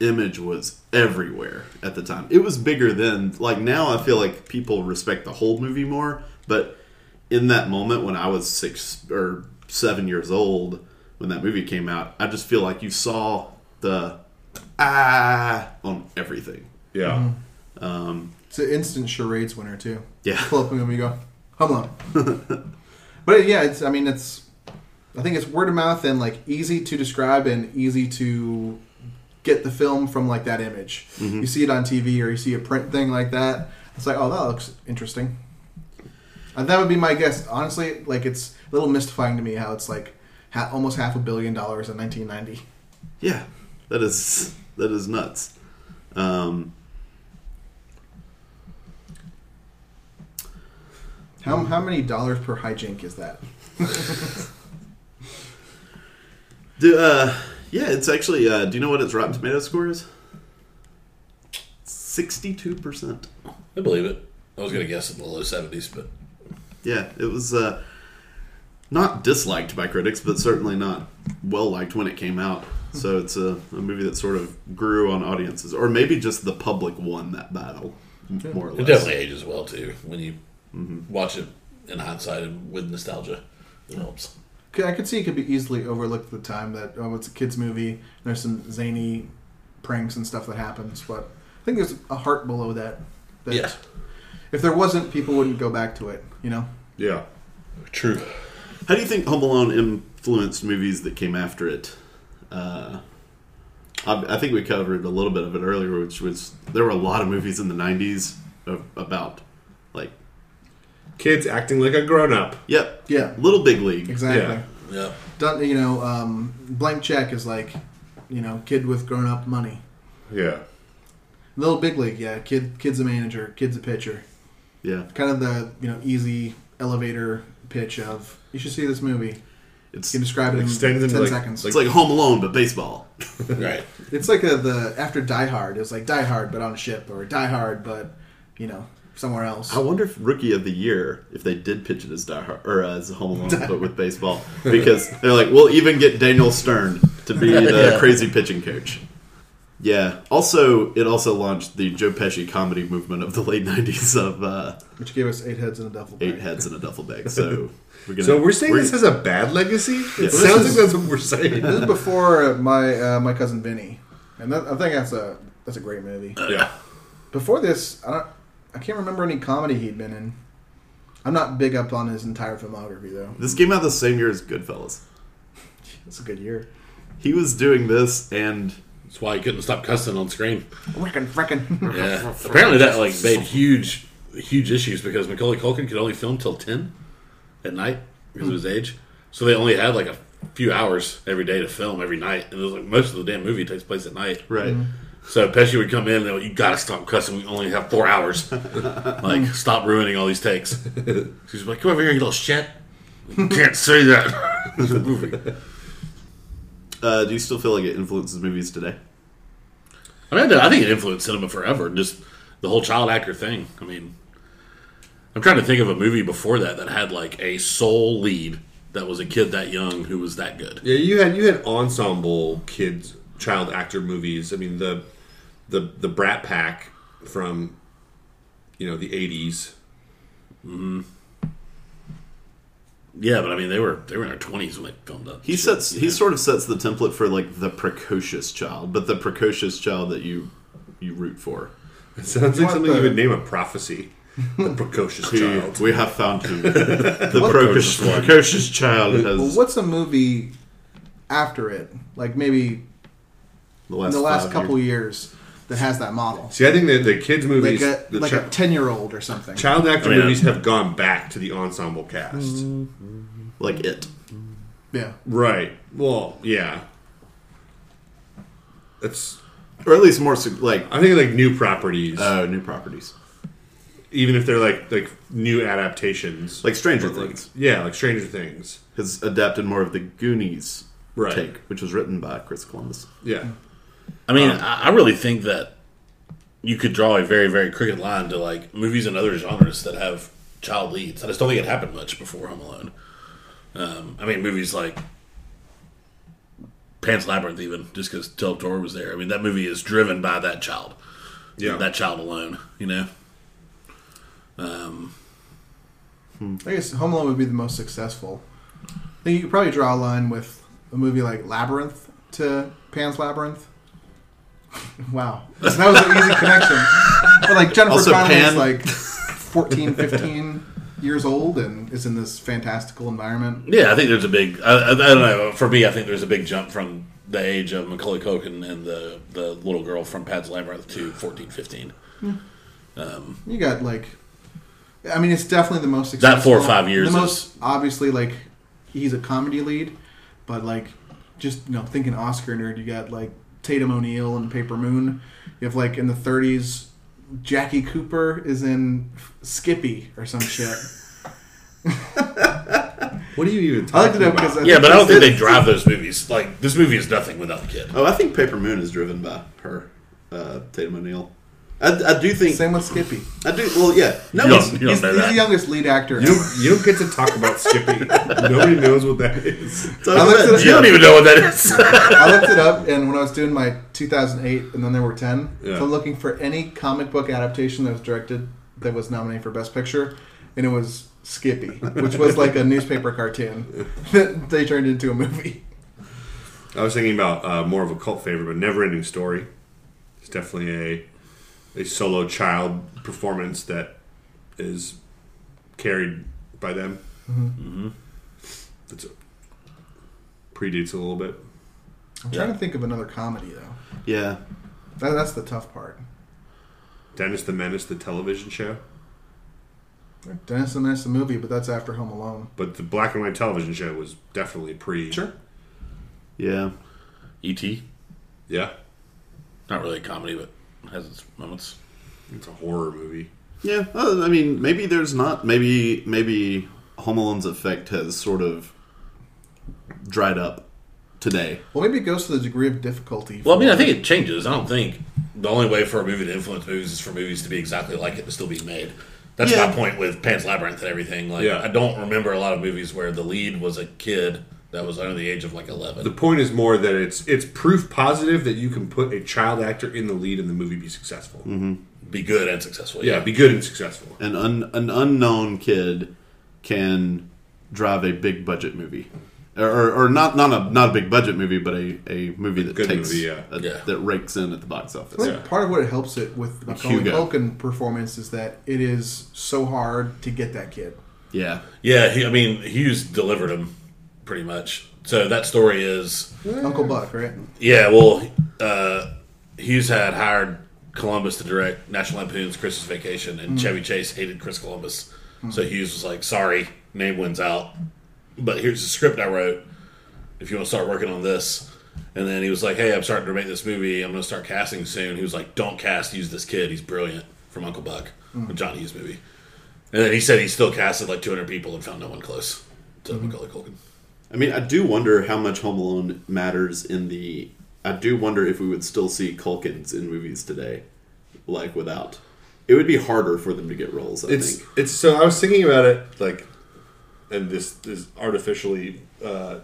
S1: image was everywhere at the time. It was bigger then. Like now, I feel like people respect the whole movie more. But in that moment when I was six or seven years old, when that movie came out, I just feel like you saw the ah on everything.
S2: Yeah.
S3: Mm-hmm. It's an instant charades winner too.
S1: Yeah.
S3: Pull up and we go, come on. [laughs] but yeah, it's. I mean, it's. I think it's word of mouth and like easy to describe and easy to get the film from like that image. You see it on TV or you see a print thing like that. It's like, oh, that looks interesting. And that would be my guess. Honestly, like it's a little mystifying to me how it's like ha- almost half a billion dollars in 1990.
S1: Yeah, that is that is nuts. Um,
S3: How, how many dollars per hijink is that?
S1: do, uh, yeah, it's actually. Uh, do you know what its Rotten Tomato score is? Sixty-two percent.
S4: I believe it. I was gonna guess in the low seventies, but
S1: Yeah, it was uh, not disliked by critics, but certainly not well liked when it came out. So it's a, a movie that sort of grew on audiences, or maybe just the public won that battle, m- more or
S4: it
S1: less.
S4: definitely ages well too when you watch it in hindsight and with nostalgia. It helps.
S3: Could- I could see it could be easily overlooked at the time that oh, it's a kids movie. and There's some zany pranks and stuff that happens, but I think there's a heart below that. that
S4: Yeah.
S3: If there wasn't, people wouldn't go back to it. You know.
S2: Yeah.
S4: True.
S1: How do you think Home Alone influenced movies that came after it? Uh, I, I think we covered a little bit of it earlier, which was there were a lot of movies in the '90s of, about, like,
S2: Kids acting like a grown up.
S1: yep,
S3: Yeah.
S1: Little Big League,
S3: Exactly.
S2: Yeah.
S4: Yeah.
S3: Done. You know, um, blank check is like, you know, kid with grown up money.
S2: Yeah.
S3: Little big league, yeah. Kid, kid's a manager. Kid's a pitcher.
S1: yeah.
S3: Kind of the you know easy elevator pitch of you should see this movie.
S1: It's
S3: You can describe it in
S2: Extends
S3: ten
S2: into, like-
S3: seconds.
S1: it's like Home Alone but baseball.
S4: Right.
S3: It's like a, the after Die Hard. It was like Die Hard, but on a ship, or Die Hard, but you know, somewhere else.
S1: I wonder if Rookie of the Year, if they did pitch it as Die Hard or as Home Alone, but with
S2: [laughs]
S1: baseball, because they're like, we'll even get Daniel Stern to be the crazy pitching coach. Yeah. Also, it also launched the Joe Pesci comedy movement of the late '90s of uh,
S3: Which gave us eight heads and a duffel bag.
S1: eight heads in a duffel bag.
S2: [laughs]
S1: So we're gonna.
S2: So we're saying this is a bad legacy. It
S1: Yeah.
S2: sounds like that's what we're saying.
S3: This is before my uh, my cousin Vinny, and that, I think that's a that's a great movie.
S2: [laughs] yeah,
S3: Before this, I don't, I can't remember any comedy he'd been in. I'm not big up on his entire filmography though.
S1: this came out the same year as Goodfellas.
S3: It's a good year.
S1: He was doing this and
S4: That's why he couldn't stop cussing on screen.
S3: Reckon, reckon.
S4: Yeah. Apparently that like made huge, huge issues because Macaulay Culkin could only film till ten at night because of his age. So they only had like a few hours every day to film every night, and it was like most of the damn movie takes place at night.
S1: right.
S4: So Pesci would come in, and they were like, you gotta stop cussing. We only have four hours. like, stop ruining all these takes. She's like, come over here, you little shit. You can't say that. [laughs] It's a movie.
S1: Uh, do you still feel like it influences movies today?
S4: I mean, I think it influenced cinema forever. Just the whole child actor thing. I mean, I'm trying to think of a movie before that that had like a sole lead that was a kid that young who was that good.
S2: yeah. You had you had ensemble kids, child actor movies. I mean the the the Brat Pack from you know the '80s.
S4: Yeah, but I mean, they were they were in their 20s when they filmed that.
S1: He
S4: shit.
S1: sets he sort of sets the template for like the precocious child, but the precocious child that you you root for.
S2: It sounds like
S3: What
S2: something
S3: the-
S2: you would name
S3: [laughs]
S2: a prophecy. The precocious
S1: We-
S2: child.
S1: We have found
S4: [laughs]
S1: him. the precocious, precocious child has
S3: [laughs] well, what's a movie after it? Like maybe
S1: the
S3: in
S1: last,
S3: the last
S1: five
S3: couple
S1: years.
S3: years that has that model,
S2: See, I think that the kids
S3: like
S2: movies,
S3: a
S2: the
S3: like
S2: chi-
S3: a ten year old or something.
S2: child actor
S4: I mean,
S2: movies have gone back to the ensemble cast.
S1: like it.
S3: Yeah.
S2: Right. Well, yeah. That's.
S1: Or at least more sig- like
S2: I think like new properties,
S1: oh, new properties.
S2: even if they're like like new adaptations,
S1: Like Stranger
S2: Or, like-
S1: Things.
S2: Yeah, like Stranger Things.
S1: Has adapted more of the Goonies
S2: Right.
S1: take, which was written by Chris Columbus.
S2: Yeah.
S4: I mean, I I really think that you could draw a very, very crooked line to like movies and other genres that have child leads. I just don't think it happened much before Home Alone. Um, I mean, movies like Pan's Labyrinth, even just because Del Toro was there. I mean, that movie is driven by that child,
S2: Yeah.
S4: that child alone. You know,
S3: I guess Home Alone would be the most successful. I think you could probably draw a line with a movie like Labyrinth to Pan's Labyrinth. [laughs] wow. That was an easy connection. But like Jennifer
S1: Also,
S3: Connelly is
S1: Pan-
S3: like 14, 15 years old and is in this fantastical environment.
S4: yeah, I think there's a big. I, I, I don't know. For me, I think there's a big jump from the age of Macaulay Culkin and the the little girl from Pan's Labyrinth to fourteen, fifteen.
S3: You got like, I mean, it's definitely the most successful.
S4: That four or five years
S3: The
S4: is-
S3: most obviously like he's a comedy lead, but like just you know thinking Oscar nerd, you got like Tatum O'Neill and Paper Moon. You have like in the thirties, Jackie Cooper is in Skippy or some shit.
S2: What are you even
S3: I like to
S2: talking
S3: know
S2: about?
S3: because I
S4: Yeah, but I don't think they drive those movies. Like this movie is nothing without the kid.
S1: Oh, I think Paper Moon is driven by her, uh, Tatum O'Neill. I, I do think
S3: same with Skippy.
S1: I do. Well, yeah. No,
S4: You don't-
S1: it's-
S4: you don't
S3: He's,
S4: know
S3: he's
S4: that.
S3: the youngest lead actor.
S2: you don't, you don't get to talk about Skippy. Nobody knows what that is.
S1: it's all
S3: I looked
S1: good.
S3: at it-
S4: You don't even know what that is.
S3: I looked it up, and when I was doing my 2008, and then there were 10.
S2: Yeah.
S3: So I'm looking for any comic book adaptation that was directed that was nominated for Best Picture, and it was Skippy, which was like a newspaper cartoon that they turned into a movie.
S2: I was thinking about uh, more of a cult favorite, but Never Ending Story. It's definitely a a solo child performance that is carried by them. Mm-hmm. It's predates a little bit.
S3: I'm trying to think of another comedy though.
S1: Yeah.
S3: That, that's the tough part.
S2: Dennis the Menace, the television show,
S3: Dennis and Menace the movie, but that's after Home Alone.
S2: but the black and white television show was definitely pre.
S1: Yeah.
S4: E.T.
S2: Yeah,
S4: E Not really a comedy, but has its moments.
S2: it's a horror movie.
S1: Yeah, uh, I mean, maybe there's not. Maybe maybe Home Alone's effect has sort of dried up today.
S3: Well, maybe it goes to the degree of difficulty.
S4: Well, I mean, I think it changes. I don't think the only way for a movie to influence movies is for movies to be exactly like it to still be made. That's
S1: Yeah.
S4: my point with Pan's Labyrinth and everything. Like,
S2: Yeah.
S4: I don't remember a lot of movies where the lead was a kid that was under the age of like eleven.
S2: The point is more that it's it's proof positive that you can put a child actor in the lead and the movie be successful.
S4: be good and successful.
S2: Yeah, be good and successful.
S1: an un, an unknown kid can drive a big budget movie, or, or, or not not a not a big budget movie, but a, a movie that
S2: good
S1: takes
S2: movie, yeah.
S1: a-
S4: Yeah.
S1: that rakes in at the box office.
S3: I think part of what it helps it with the Macaulay
S1: Hugo.
S3: Culkin performance is that it is so hard to get that kid.
S1: Yeah,
S4: yeah. He, I mean, Hughes delivered him pretty much. So that story is
S3: Uncle Buck, right?
S4: Yeah, well, uh, Hughes had hired Columbus to direct National Lampoon's Christmas Vacation,
S1: Mm.
S4: and Chevy Chase hated Chris Columbus, so Hughes was like, "Sorry, name wins out, but here's the script I wrote. If you want to start working on this." And then he was like, "Hey, I'm starting to make this movie. I'm going to start casting soon." He was like, "Don't cast. Use this kid. He's brilliant." From Uncle Buck,
S1: Mm.
S4: the John Hughes movie. And then he said he still casted like 200 people and found no one close to
S1: Mm-hmm.
S4: Macaulay Culkin.
S1: I mean, I do wonder how much Home Alone matters in the. I do wonder if we would still see Culkins in movies today, like without. It would be harder for them to get roles. I
S2: It's
S1: think.
S2: it's so I was thinking about it like, and this is artificially uh,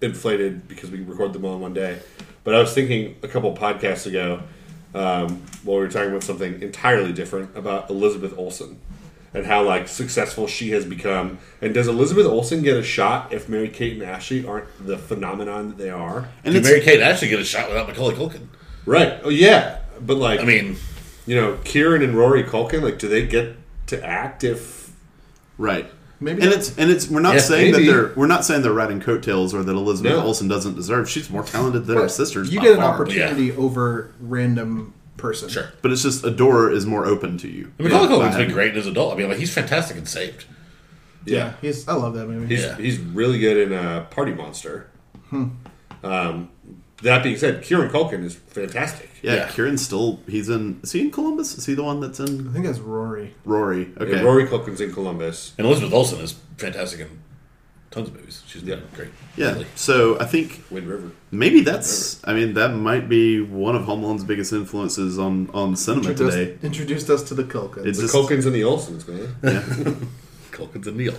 S2: inflated because we record them all in one day. But I was thinking a couple podcasts ago um, while we were talking about something entirely different about Elizabeth Olsen and how like successful she has become. And does Elizabeth Olsen get a shot if Mary Kate and Ashley aren't the phenomenon that they are?
S1: And
S4: Did
S1: it's
S4: Mary Kate actually get a shot without Macaulay Culkin?
S2: Right. Oh yeah. But like
S4: I mean,
S2: you know, Kieran and Rory Culkin, like, do they get to act if?
S1: right.
S3: Maybe
S1: and
S3: not.
S1: it's and it's we're not
S4: Yeah,
S1: saying
S2: maybe.
S1: that they're we're not saying they're riding coattails or that Elizabeth
S2: No.
S1: Olsen doesn't deserve. She's more talented than her
S3: But
S1: sisters.
S3: You
S1: by
S3: get an
S1: far.
S3: opportunity over random person.
S4: sure.
S1: But it's just a door is more open to you.
S4: I mean, Macaulay
S1: Yeah.
S4: Culkin's been great as an adult. I mean, like he's fantastic and saved.
S3: Yeah, he's. I love that movie.
S2: He's,
S4: Yeah.
S2: he's really good in uh, Party Monster.
S1: Hmm.
S2: Um, that being said, Kieran Culkin is fantastic.
S1: Yeah,
S4: Yeah.
S1: Kieran's still he's in. Is he in Columbus? Is he the one that's
S3: I
S1: in
S3: think that's Rory.
S1: Rory? Okay,
S2: And Rory Culkin's in Columbus.
S4: And Elizabeth Olsen is fantastic in tons of movies. She's yeah. great.
S1: yeah.
S4: Really.
S1: So I think
S2: Wind River.
S1: maybe that's. I mean, that might be one of Home Alone's biggest influences on on cinema
S3: Introduced-
S1: today.
S3: introduced us to the Culkin.
S1: It's
S2: The
S1: just
S2: Culkins and the Olsons, man.
S4: Culkin's and Neil.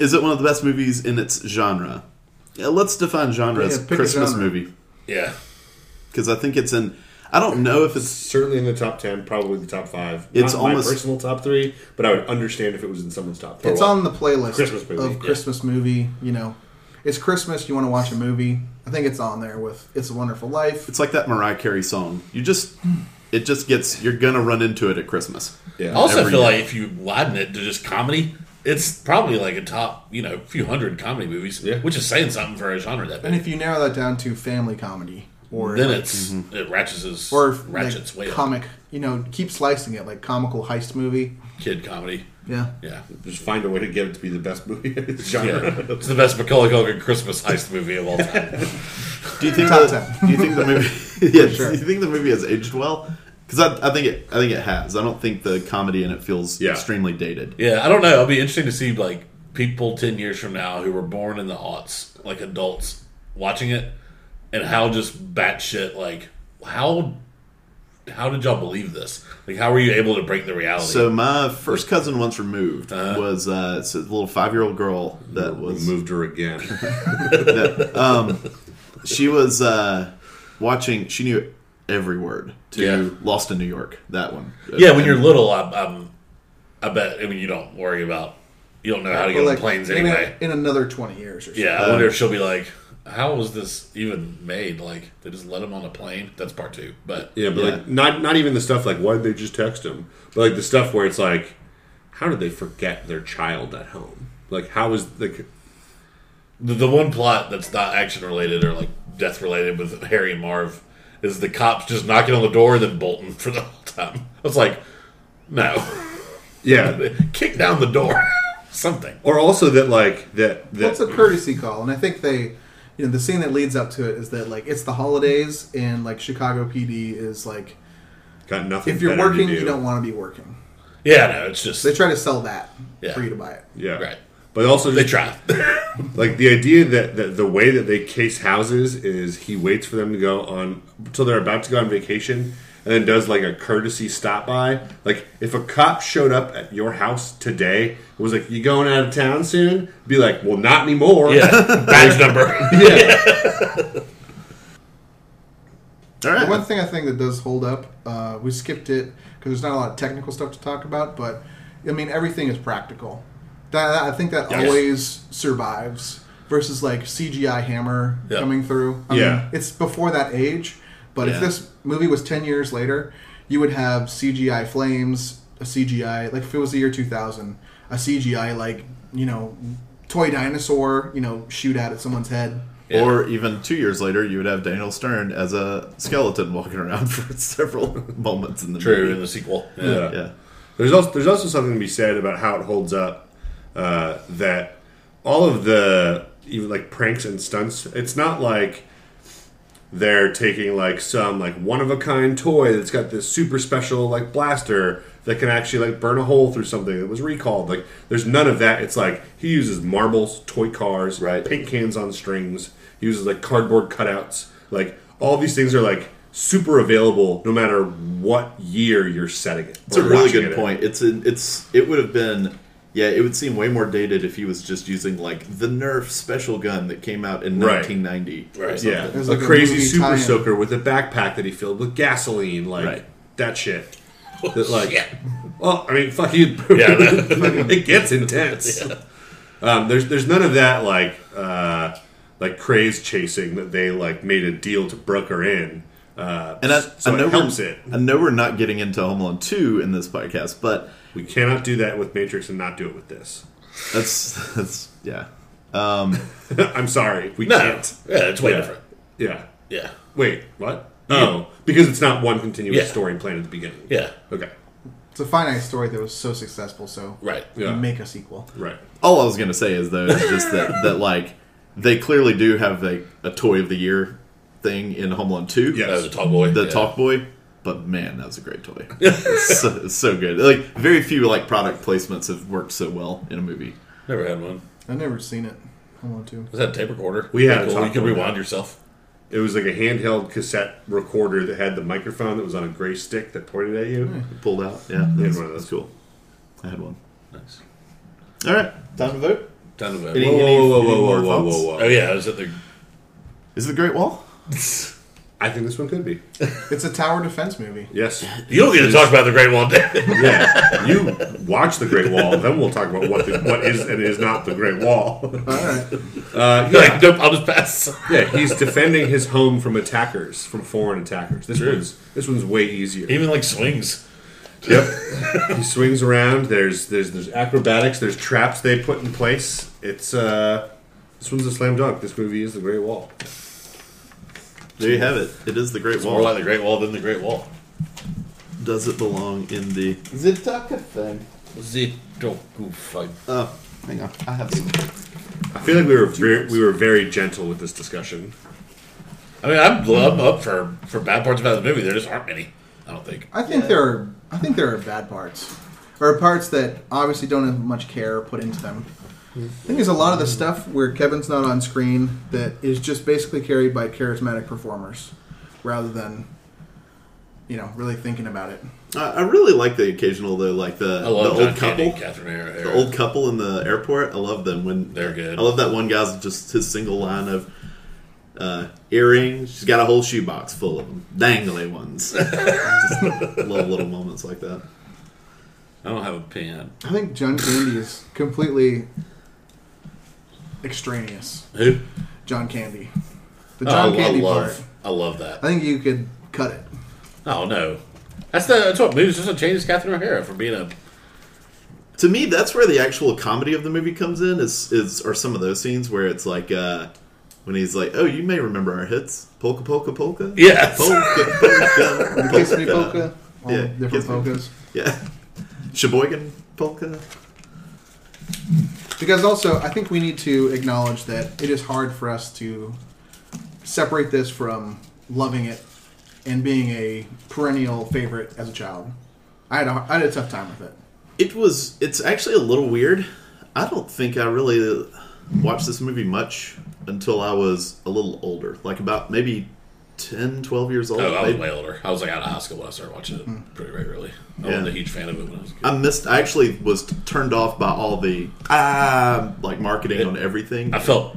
S1: is it one of the best movies in its genre? Yeah, let's define genre
S3: Yeah,
S1: as
S3: pick a
S1: Christmas
S3: genre.
S1: movie
S4: Yeah.
S1: because I think it's in. I don't know if it's
S2: Certainly in the top ten, probably the top five.
S1: It's
S2: Not
S1: almost-
S2: my personal top three, but I would understand if it was in someone's top three.
S3: it's on the playlist
S2: Christmas movie,
S3: of
S2: yeah.
S3: Christmas movie. You know, it's Christmas. You want to watch a movie. I think it's on there with "It's a Wonderful Life."
S1: it's like that Mariah Carey song. You just it just gets you're gonna run into it at Christmas.
S2: Yeah.
S4: I also
S1: Every
S4: feel
S1: year.
S4: like if you widen it to just comedy, it's probably like a top, you know, few hundred comedy movies,
S2: Yeah.
S4: which is saying something for a genre that
S3: And
S4: big.
S3: if you narrow that down to family comedy or
S4: Then it's it ratchets
S3: or
S4: ratchets
S3: like,
S4: way up.
S3: comic, you know, keep slicing it like comical heist movie.
S4: Kid comedy.
S3: Yeah,
S4: Yeah.
S2: Just find a way to get it to be the best movie in its genre. [laughs]
S4: Yeah. it's the best Macaulay Culkin Christmas heist movie of all time.
S1: Do you think
S3: Top
S1: that,
S3: ten.
S1: Do you think the
S3: [laughs]
S1: movie? [laughs] yeah,
S3: sure.
S1: Do you think the movie has aged well? Because I, I think it. I think it has. I don't think the comedy in it feels
S2: Yeah.
S1: extremely dated.
S4: Yeah, I don't know. It'll be interesting to see like people ten years from now who were born in the aughts, like adults, watching it, and how just batshit like how how did y'all believe this? Like, how were you able to break the reality?
S1: So my first cousin once removed
S4: Uh-huh.
S1: was uh, it's a little five year old girl that was um,
S2: Moved her again.
S1: [laughs] she was uh, watching. She knew every word to
S4: Yeah.
S1: Lost in New York. That one.
S4: yeah, when you're little, I, I'm, I bet. I mean, you don't worry about you don't know how to get
S3: Or,
S4: on planes
S3: in, a-
S4: anyway.
S3: in another twenty years or so.
S4: yeah, I wonder if she'll be like, how was this even made? Like, they just let him on a plane. That's part two, but
S2: Yeah, but
S1: Yeah.
S2: like not not even the stuff like why did they just text him, but like the stuff where it's like, how did they forget their child at home? Like how is like
S4: The, the one plot that's not action related or like death related with Harry and Marv is the cops just knocking on the door and then bolting for the whole time. I was like, no, [laughs]
S2: yeah,
S4: kick down the door, [laughs] something.
S2: or also that like that that
S3: That's a courtesy call, and I think they, you know, the scene that leads up to it is that like it's the holidays, and like Chicago PD is like,
S2: got nothing.
S3: if you're
S2: better to
S3: working,
S2: do.
S3: you don't want to be working.
S4: Yeah, no, it's just
S3: They try to sell that
S4: Yeah.
S3: for you to buy it.
S2: Yeah,
S4: right.
S2: But also,
S4: They
S2: just, [laughs]
S4: try.
S2: like the idea that, that the way that they case houses is he waits for them to go on till they're about to go on vacation and then does like a courtesy stop by like if a cop showed up at your house today and was like you going out of town soon be like well not anymore
S4: yeah, [laughs] badge number.
S2: [laughs] yeah
S1: All
S3: The
S1: right.
S3: one thing I think that does hold up, uh, we skipped it because there's not a lot of technical stuff to talk about, but I mean, everything is practical. That, that- I think that
S4: Yes.
S3: always survives versus like CGI hammer
S4: Yeah.
S3: coming through. I
S2: Yeah.
S3: mean, it's before that age, but
S1: Yeah.
S3: if this movie was 10 years later, you would have CGI flames, a CGI, like if it was the year 2000, a CGI, like, you know, toy dinosaur, you know, shoot out at someone's head.
S4: Yeah.
S1: Or even two years later, you would have Daniel Stern as a skeleton walking around [laughs] for several moments in the
S4: True in
S1: movie.
S4: the sequel.
S2: Yeah.
S1: Yeah.
S2: There's also there's also something to be said about how it holds up. Uh, that all of the even like pranks and stunts, it's not like they're taking like some like one of a kind toy that's got this super special like blaster that can actually like burn a hole through something that was recalled. Like there's none of that. It's like he uses marbles, toy cars,
S1: Right.
S2: paint cans on strings. He uses like cardboard cutouts. Like all these things are like super available no matter what year you're setting it.
S1: It's a
S2: or
S1: really
S2: watching
S1: good
S2: it in.
S1: point. It's an, it's it would have been yeah, it would seem way more dated if he was just using like the Nerf special gun that came out in
S2: Right.
S1: 1990. or
S4: Right.
S1: something.
S2: Yeah,
S3: There's
S2: a
S3: like a
S2: crazy
S3: movie
S2: super
S3: tie-in.
S2: soaker with a backpack that he filled with gasoline, like
S1: Right.
S3: [laughs]
S2: that shit.
S3: Oh,
S2: That, like,
S4: shit.
S2: well, I mean, fuck you.
S1: [laughs]
S4: Yeah, that-
S2: [laughs] it gets intense. Um, there's there's none of that like uh, like craze chasing that they like made a deal to broker in. Uh,
S1: And I,
S2: so
S1: I know
S2: it helps
S1: we're,
S2: it.
S1: I know we're not getting into Home Alone 2 in this podcast, but
S2: We cannot do that with Matrix and not do it with this. [laughs]
S1: that's that's yeah.
S2: I'm sorry, we
S4: No, yeah,
S2: can't.
S4: it's way
S2: Yeah.
S4: different.
S2: Yeah.
S4: Yeah,
S2: Wait, what? Oh, because it's not one continuous
S4: Yeah.
S2: story planned at the beginning.
S4: yeah,
S2: Okay.
S3: It's a finite story that was so successful, so
S4: right.
S2: Yeah.
S3: make a sequel.
S2: Right.
S1: All I was gonna say is though is just
S2: [laughs]
S1: that that like they clearly do have like a toy of the year thing in Home Alone 2.
S2: Yeah.
S4: That was a tall boy.
S1: the
S4: yeah.
S1: Talk Boy, but man, that was a great toy. [laughs] It's so, it's so good. Like very few like product placements have worked so well in a movie.
S4: Never had one.
S3: I've never seen it. I want
S4: [laughs]
S3: to.
S4: Was that a tape recorder?
S2: We had a
S4: cool.
S2: Talk
S4: You could
S2: Boy,
S4: rewind
S2: yeah.
S4: yourself.
S2: It was like a handheld cassette recorder that had the microphone that was on a gray stick that pointed at you.
S3: Hmm.
S1: Pulled out, yeah, that's,
S2: one of those.
S1: that's cool. I had one.
S4: Nice.
S1: All right, time to vote.
S4: Time to vote.
S1: Any-
S2: Whoa, whoa, whoa,
S1: any
S2: whoa,
S1: more
S2: whoa, whoa,
S1: thoughts?
S2: whoa,
S4: Oh
S2: whoa!
S4: yeah, I was at the.
S1: Is it the Great Wall?
S2: I think this one
S1: [laughs]
S2: could be.
S3: It's a tower defense movie.
S2: Yes.
S4: You don't get to talk about the Great Wall. Day.
S2: Yeah. You watch the Great Wall, then we'll talk about what the, what is and is not the Great Wall.
S3: All right.
S2: [laughs] Uh,
S4: You're
S2: yeah.
S4: like, nope, I'll just pass. [laughs]
S2: yeah, he's defending his home from attackers, from foreign attackers. This one's this one's way easier.
S4: Even like swings.
S2: Yep. he swings around. There's there's there's acrobatics. There's traps they put in place. It's uh, this one's a slam dunk. This movie is the Great Wall.
S1: There you have it. It is the Great
S4: It's
S1: Wall.
S4: more like the Great Wall than the Great Wall.
S1: Does it belong in the Zitaka thing? Oh, hang on. I have some.
S2: I feel like we were very, we were very gentle with this discussion.
S4: I mean, I'm, I'm up for, for bad parts about the movie. There just aren't many. I don't think.
S3: I think there are. I think there are bad parts, or parts that obviously don't have much care put into them. I think there's a lot of the stuff where Kevin's not on screen that is just basically carried by charismatic performers, rather than, you know, really thinking about it.
S1: I, I really like the occasional though, like the,
S4: I
S1: the
S4: love
S1: old
S4: John
S1: couple.
S4: Candy, Catherine O'Hara.
S1: The old couple in the airport. I love them when
S4: They're good.
S1: I love that one guy's just his single line of uh, earrings. She's got a whole shoebox full of them, dangly
S4: [laughs]
S1: ones. just love little moments like that.
S4: I don't have a pen.
S3: I think John Candy is completely extraneous.
S4: Who?
S3: John Candy, the
S4: Oh,
S3: John
S4: I
S3: Candy part.
S4: love. I love that.
S3: I think you could cut it.
S4: Oh no, that's the that's what movies. That's what changes Catherine O'Hara from being a
S1: To me, that's where the actual comedy of the movie comes in. Is is are some of those scenes where it's like uh, when he's like, "Oh, you may remember our hits, polka polka polka."
S4: Yes. [laughs]
S1: polka polka.
S3: The Kiss Me Polka, all
S1: Yeah,
S3: different
S1: Kiss Me.
S3: polkas.
S1: Yeah, [laughs] Sheboygan polka.
S3: Because also, I think we need to acknowledge that it is hard for us to separate this from loving it and being a perennial favorite as a child. I had a, I had a tough time with it.
S1: It was. It's actually a little weird. I don't think I really watched this movie much until I was a little older, like about maybe 10, 12 years old.
S4: Oh, I was
S1: maybe.
S4: way older. I was like out of high school when I started watching
S3: Hmm.
S4: it pretty regularly. I
S1: Yeah.
S4: wasn't a huge fan of it when I was a kid.
S1: I missed. I actually was turned off by all the ah like marketing on everything.
S4: I felt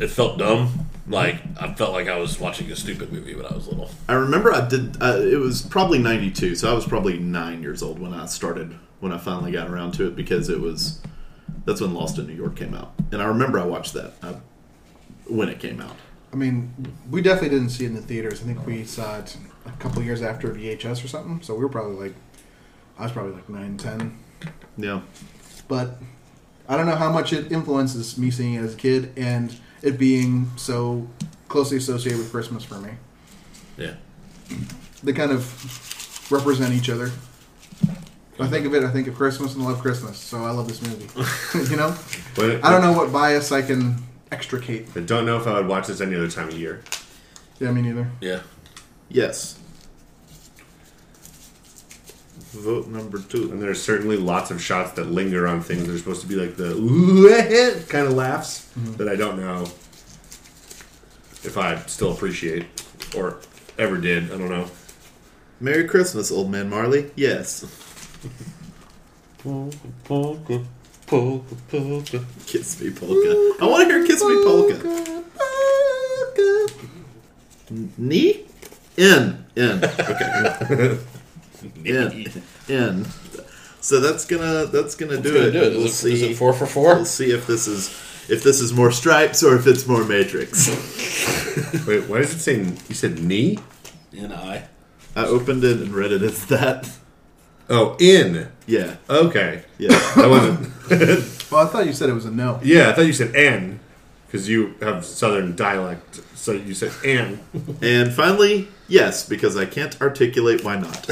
S4: it felt dumb. Like I felt like I was watching a stupid movie when I was little.
S1: I remember I did. Uh, it was probably ninety two, so I was probably nine years old when I started when I finally got around to it because it was that's when Lost in New York came out, and I remember I watched that uh when it came out.
S3: I mean, we definitely didn't see it in the theaters. I think we saw it a couple years after VHS or something. So we were probably like, I was probably like nine, ten.
S1: Yeah,
S3: But I don't know how much it influences me seeing it as a kid and it being so closely associated with Christmas for me.
S4: Yeah.
S3: They kind of represent each other. When I think of it, I think of Christmas and love Christmas. So I love this movie. [laughs] you know,
S2: But
S3: I don't know what bias I can extricate.
S2: I don't know if I would watch this any other time of year.
S3: Yeah, me neither.
S4: Yeah.
S1: yes. Vote number
S2: And
S1: two.
S2: there's certainly lots of shots that linger on things that are supposed to be like the [laughs] ooh eh, eh, kind of laughs
S3: Mm-hmm.
S2: that I don't know if I still appreciate or ever did. I don't know.
S1: Merry Christmas, old man Marley. Yes. [laughs] Kiss me polka. I want to hear kiss me polka. Knee? In. In. Okay.
S4: [laughs]
S1: In. In. So that's gonna that's gonna do
S4: Gonna
S1: it.
S4: do it.
S1: We'll
S4: Is, it,
S1: see.
S4: is it four for four?
S1: We'll see if this is if this is more stripes or if it's more matrix.
S2: Wait, why does it say you said knee?
S4: And I.
S1: I opened it and read it as that.
S2: Oh, in.
S1: Yeah.
S2: Okay,
S1: Yeah.
S2: that wasn't.
S3: Well, I thought you said it was a no.
S2: Yeah, I thought you said an because you have southern dialect, so you said
S1: [laughs]
S2: an.
S1: And finally, yes, because I can't articulate why
S2: [laughs]
S1: not.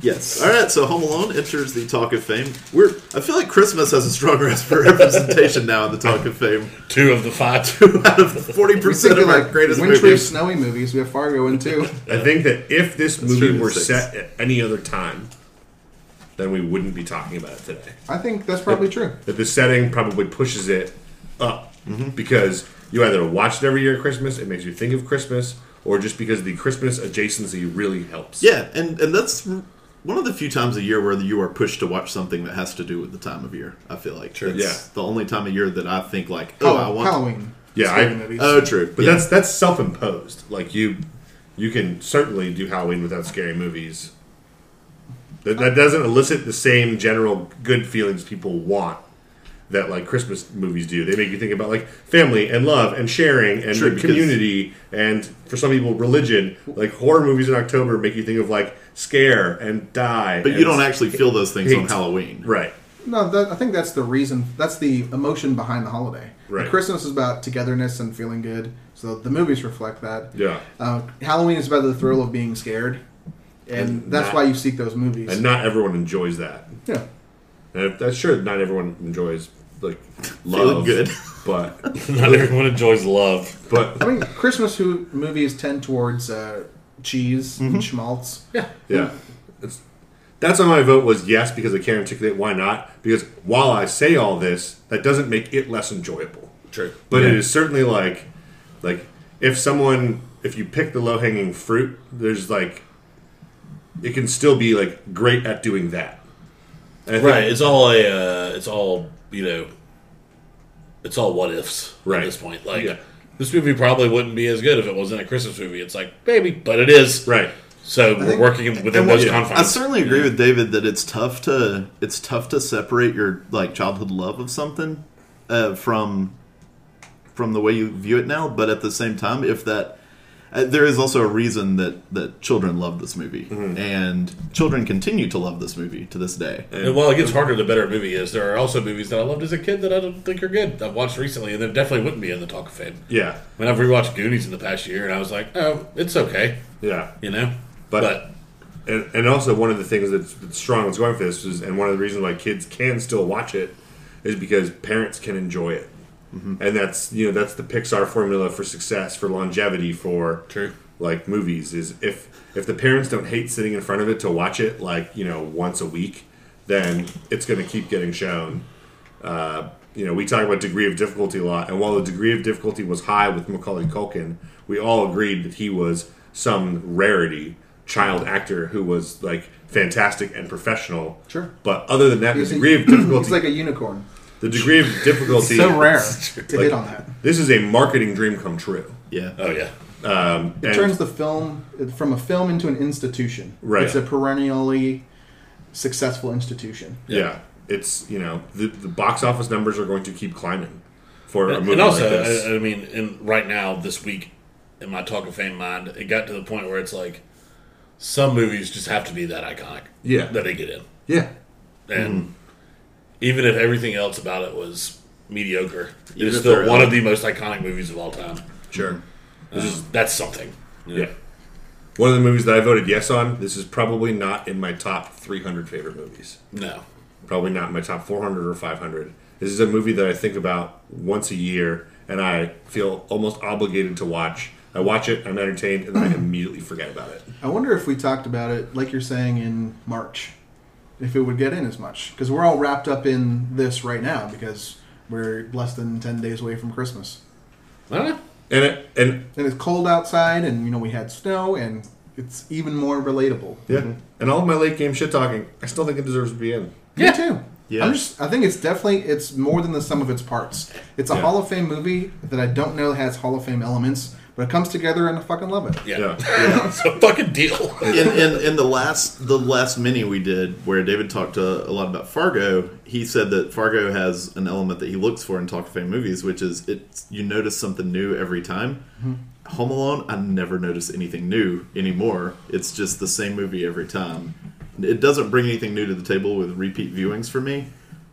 S1: yes. All right. So Home Alone enters the Talk of Fame. We're. I feel like Christmas has a stronger [laughs] representation now in the Talk of Fame. [laughs]
S4: Two of the five. [laughs]
S1: Out of forty
S3: We're
S1: percent
S3: thinking
S1: of our
S3: like
S1: greatest
S3: wintry,
S1: movies.
S3: snowy movies. We have Fargo in too.
S2: I think that if this
S1: true,
S2: movie were
S1: six.
S2: set at any other time, then we wouldn't be talking about it today.
S3: I think that's probably true.
S2: That the setting probably pushes it up
S1: Mm-hmm.
S2: because you either watch it every year at Christmas, it makes you think of Christmas, or just because the Christmas adjacency really helps.
S1: Yeah, and and that's one of the few times a year where you are pushed to watch something that has to do with the time of year. I feel like. It's
S2: Yeah.
S1: The only time of year that I think like, oh,
S3: Oh,
S1: I want.
S3: Halloween.
S2: Yeah,
S3: Scary
S2: I-
S3: movies.
S1: Oh, true.
S2: But
S1: Yeah.
S2: that's that's self imposed. Like you, you can certainly do Halloween without scary movies. That, that doesn't elicit the same general good feelings people want that like Christmas movies do. They make you think about like family and love and sharing and
S1: Sure,
S2: the
S1: because-
S2: community and for some people religion. Like horror movies in October make you think of like scare and die.
S1: But you
S2: and-
S1: don't actually feel those things on
S2: Hate.
S1: Halloween.
S2: right.
S3: No, that, I think that's the reason. That's the emotion behind the holiday.
S2: Right.
S3: Christmas is about togetherness and feeling good. So the movies reflect that.
S2: Yeah.
S3: Uh, Halloween is about the thrill of being scared, and,
S2: And
S3: that's
S2: not-
S3: why you seek those movies.
S2: And not everyone enjoys that.
S3: yeah.
S2: And if, that's sure not everyone enjoys like
S1: Feeling
S2: love.
S1: good. [laughs]
S2: But
S4: Not everyone enjoys love.
S2: but
S3: I mean, Christmas who, movies tend towards uh, cheese and schmaltz.
S4: Yeah.
S2: Yeah. It's, that's why my vote was yes because I can't articulate why not. Because while I say all this, that doesn't make it less enjoyable.
S4: True.
S2: But it is certainly like, like if someone if you pick the low hanging fruit, there's like, it can still be like great at doing that. And I think-
S4: Right. It's all a. Uh, it's all you know. It's all what ifs
S2: Right.
S4: at this point. Like
S2: Yeah.
S4: this movie probably wouldn't be as good if it wasn't a Christmas movie. It's like maybe, but it is.
S2: Right.
S4: So we're
S3: think-
S4: working within
S1: and
S4: those
S1: what- I
S4: confines.
S1: certainly agree with David that it's tough to it's tough to separate your like childhood love of something uh, from from the way you view it now. But at the same time, if that uh, there is also a reason that that children love this movie and children continue to love this movie to this day.
S4: And while it gets harder, the better a movie is. There are also movies that I loved as a kid that I don't think are good. I've watched recently, and they definitely wouldn't be in the Talk of Fame.
S2: Yeah.
S4: When I've rewatched Goonies in the past year, and I was like, oh, it's okay,
S2: Yeah.
S4: you know.
S2: But-
S4: But,
S2: and, and also one of the things that's, that's strong that's going for this is, and one of the reasons why kids can still watch it is because parents can enjoy it and that's you know that's the pixar formula for success for longevity for
S4: True.
S2: like movies is if if the parents don't hate sitting in front of it to watch it like you know once a week then it's going to keep getting shown uh, you know, we talk about degree of difficulty a lot, and while the degree of difficulty was high with Macaulay Culkin, we all agreed that he was some rarity child actor who was like fantastic and professional.
S3: Sure.
S2: But other than that,
S3: [clears throat]
S2: the
S3: He's a-
S2: degree of difficulty,
S3: He's like a unicorn. [laughs]
S2: the degree of difficulty,
S3: So rare
S4: true.
S3: to
S2: Like-
S3: hit on that.
S2: This is a marketing dream come true.
S1: Yeah.
S4: Oh yeah.
S2: Um,
S3: It
S2: and-
S3: turns the film from a film into an institution.
S2: Right.
S3: It's a perennially successful institution.
S2: yeah. it's you know the, the box office numbers are going to keep climbing for a movie
S4: And also, uh,
S2: like this.
S4: I, I mean, in right now, this week, in my Talk of Fame mind, it got to the point where it's like some movies just have to be that iconic.
S2: Yeah.
S4: That they get in.
S2: yeah,
S4: And even if everything else about it was mediocre,
S1: Even
S4: it's
S1: if
S4: still
S1: they're-
S4: one of the most iconic movies of all time.
S2: sure.
S4: Um, that's something.
S2: Yeah. One of the movies that I voted yes on. This is probably not in my top 300 favorite movies.
S4: No.
S2: Probably not in my top 400 or 500. This is a movie that I think about once a year, and I feel almost obligated to watch. I watch it, I'm entertained, and then
S1: [clears throat]
S2: I immediately forget about it.
S3: I wonder if we talked about it, like you're saying, in March, if it would get in as much. Because we're all wrapped up in this right now because we're less than 10 days away from Christmas.
S4: Huh?
S2: And it, and
S3: And it's cold outside, and, you know, we had snow, and it's even more relatable.
S2: yeah, and all of my late game shit talking, I still think it deserves to be in.
S3: Yeah, too.
S1: Yeah.
S3: I'm just, I think it's definitely it's more than the sum of its parts. It's a
S2: Yeah.
S3: Hall of Fame movie that I don't know has Hall of Fame elements, but it comes together and I fucking love it.
S4: Yeah.
S2: Yeah.
S4: [laughs]
S1: [laughs]
S4: it's a fucking deal.
S1: in, in, in the last the last mini we did where David talked to, a lot about Fargo, he said that Fargo has an element that he looks for in Talk of Fame movies, which is it you notice something new every time. Home Alone, I never notice anything new anymore. It's just the same movie every time. It doesn't bring anything new to the table with repeat viewings for me,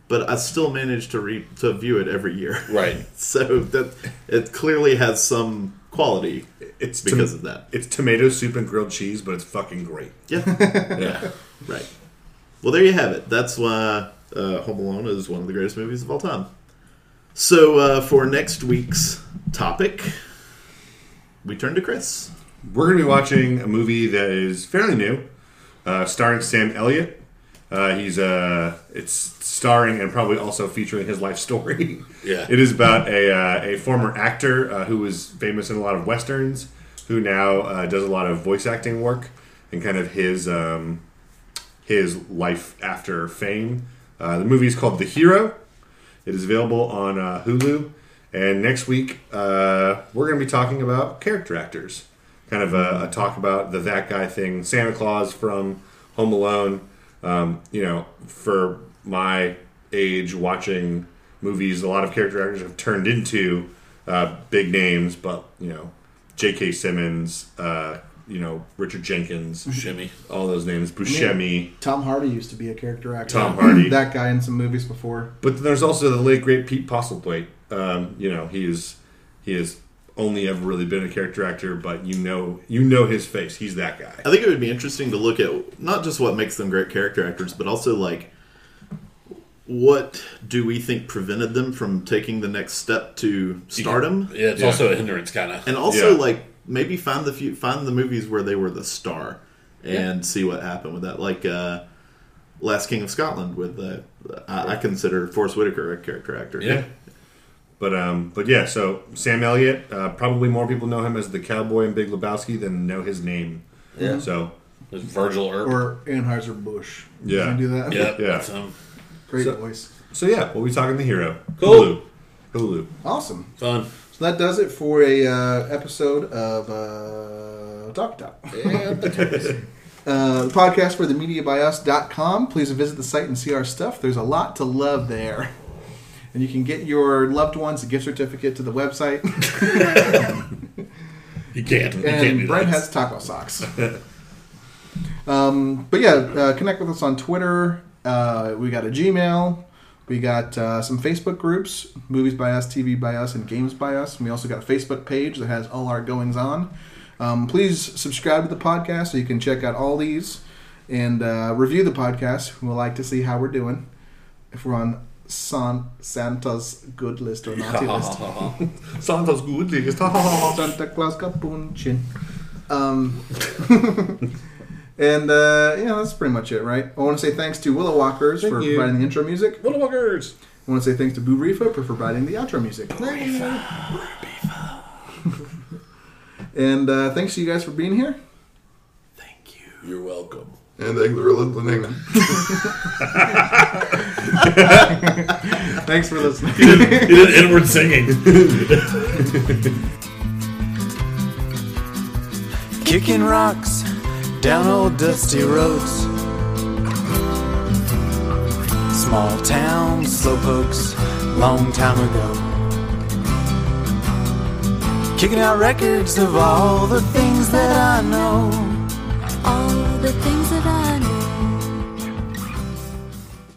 S1: but I still manage to re- to view it every year.
S4: Right.
S1: [laughs] so that it clearly has some quality
S2: It's tom-
S1: because of that.
S2: It's tomato soup and grilled cheese, but it's fucking great.
S1: Yeah.
S2: Yeah.
S1: Right. Well, there you have it. That's why uh, Home Alone is one of the greatest movies of all time. So, uh, for next week's topic, we turn to Chris.
S2: We're going to be watching a movie that is fairly new, uh, starring Sam Elliott. Uh, he's uh, it's starring and probably also featuring his life story.
S4: Yeah.
S2: it is about a uh, a former actor uh, who was famous in a lot of westerns, who now uh, does a lot of voice acting work and kind of his um, his life after fame. Uh, the movie is called The Hero. It is available on uh, Hulu. And next week, uh, we're going to be talking about character actors. Kind of a, a talk about the that guy thing. Santa Claus from Home Alone. Um, you know, for my age, watching movies, a lot of character actors have turned into uh, big names, but, you know, J.K. Simmons, uh, you know, Richard Jenkins,
S4: Shimmy.
S2: all those names, Buscemi.
S3: Tom Hardy used to be a character actor.
S2: Tom Hardy.
S3: that guy in some movies before.
S2: But then there's also the late great Pete Postlethwaite. Um, you know, he is he has only ever really been a character actor, but you know you know his face. He's that guy.
S1: I think it would be interesting to look at not just what makes them great character actors, but also like what do we think prevented them from taking the next step to stardom,
S4: Yeah, it's
S2: Yeah.
S4: also a hindrance, kind of.
S1: and also
S2: Yeah.
S1: like maybe find the few, find the movies where they were the star and see what happened with that. Like uh, Last King of Scotland with uh, I, I consider Forrest Whitaker a character actor.
S4: Yeah.
S2: But um, but yeah. So Sam Elliott, uh, probably more people know him as the cowboy in Big Lebowski than know his name.
S3: Yeah.
S2: So
S4: There's Virgil Earp.
S3: Or Anheuser Busch.
S2: Yeah.
S3: Can I do that?
S4: yeah. um,
S2: Yeah.
S4: That's him.
S3: Great
S2: So-
S3: voice.
S2: so yeah, we'll be talking the hero.
S4: Cool.
S2: Hulu. Hulu.
S3: Awesome.
S4: Fun.
S3: So that does it for a uh, episode of uh, Talk Talk. [laughs] Uh, the podcast for the mediabyus.com. Please visit the site and see our stuff. There's a lot to love there. And you can get your loved ones a gift certificate to the website. [laughs]
S4: You can't. You can't
S3: and
S4: do
S3: Brent
S4: that. [laughs]
S3: has taco socks. um, but yeah, uh, connect with us on Twitter. Uh, we got a Gmail. We got uh, some Facebook groups: Movies by Us, TV by Us, and Games by Us. And we also got a Facebook page that has all our goings on. Um, please subscribe to the podcast so you can check out all these and uh, review the podcast. We'll like to see how we're doing if we're on San Santa's good list or
S4: [laughs]
S3: naughty list.
S2: Santa's good. list. [laughs]
S3: Santa Claus Capuchin. Um, and uh, yeah, that's pretty much it, right? I want to say thanks to Willow Walkers
S2: Thank
S3: for
S2: you.
S3: providing the intro music.
S2: Little Walkers.
S3: I want to say thanks to Boo Reefa for providing the outro music. [laughs] and uh, thanks to you guys for being
S2: [laughs]
S3: here.
S1: Thank you.
S4: You're welcome.
S5: And thanks for listening.
S3: Thanks for listening.
S4: He did inward singing.
S6: kicking rocks down old dusty roads. Small town slowpokes, long time ago. Kicking out records of all the things that I know.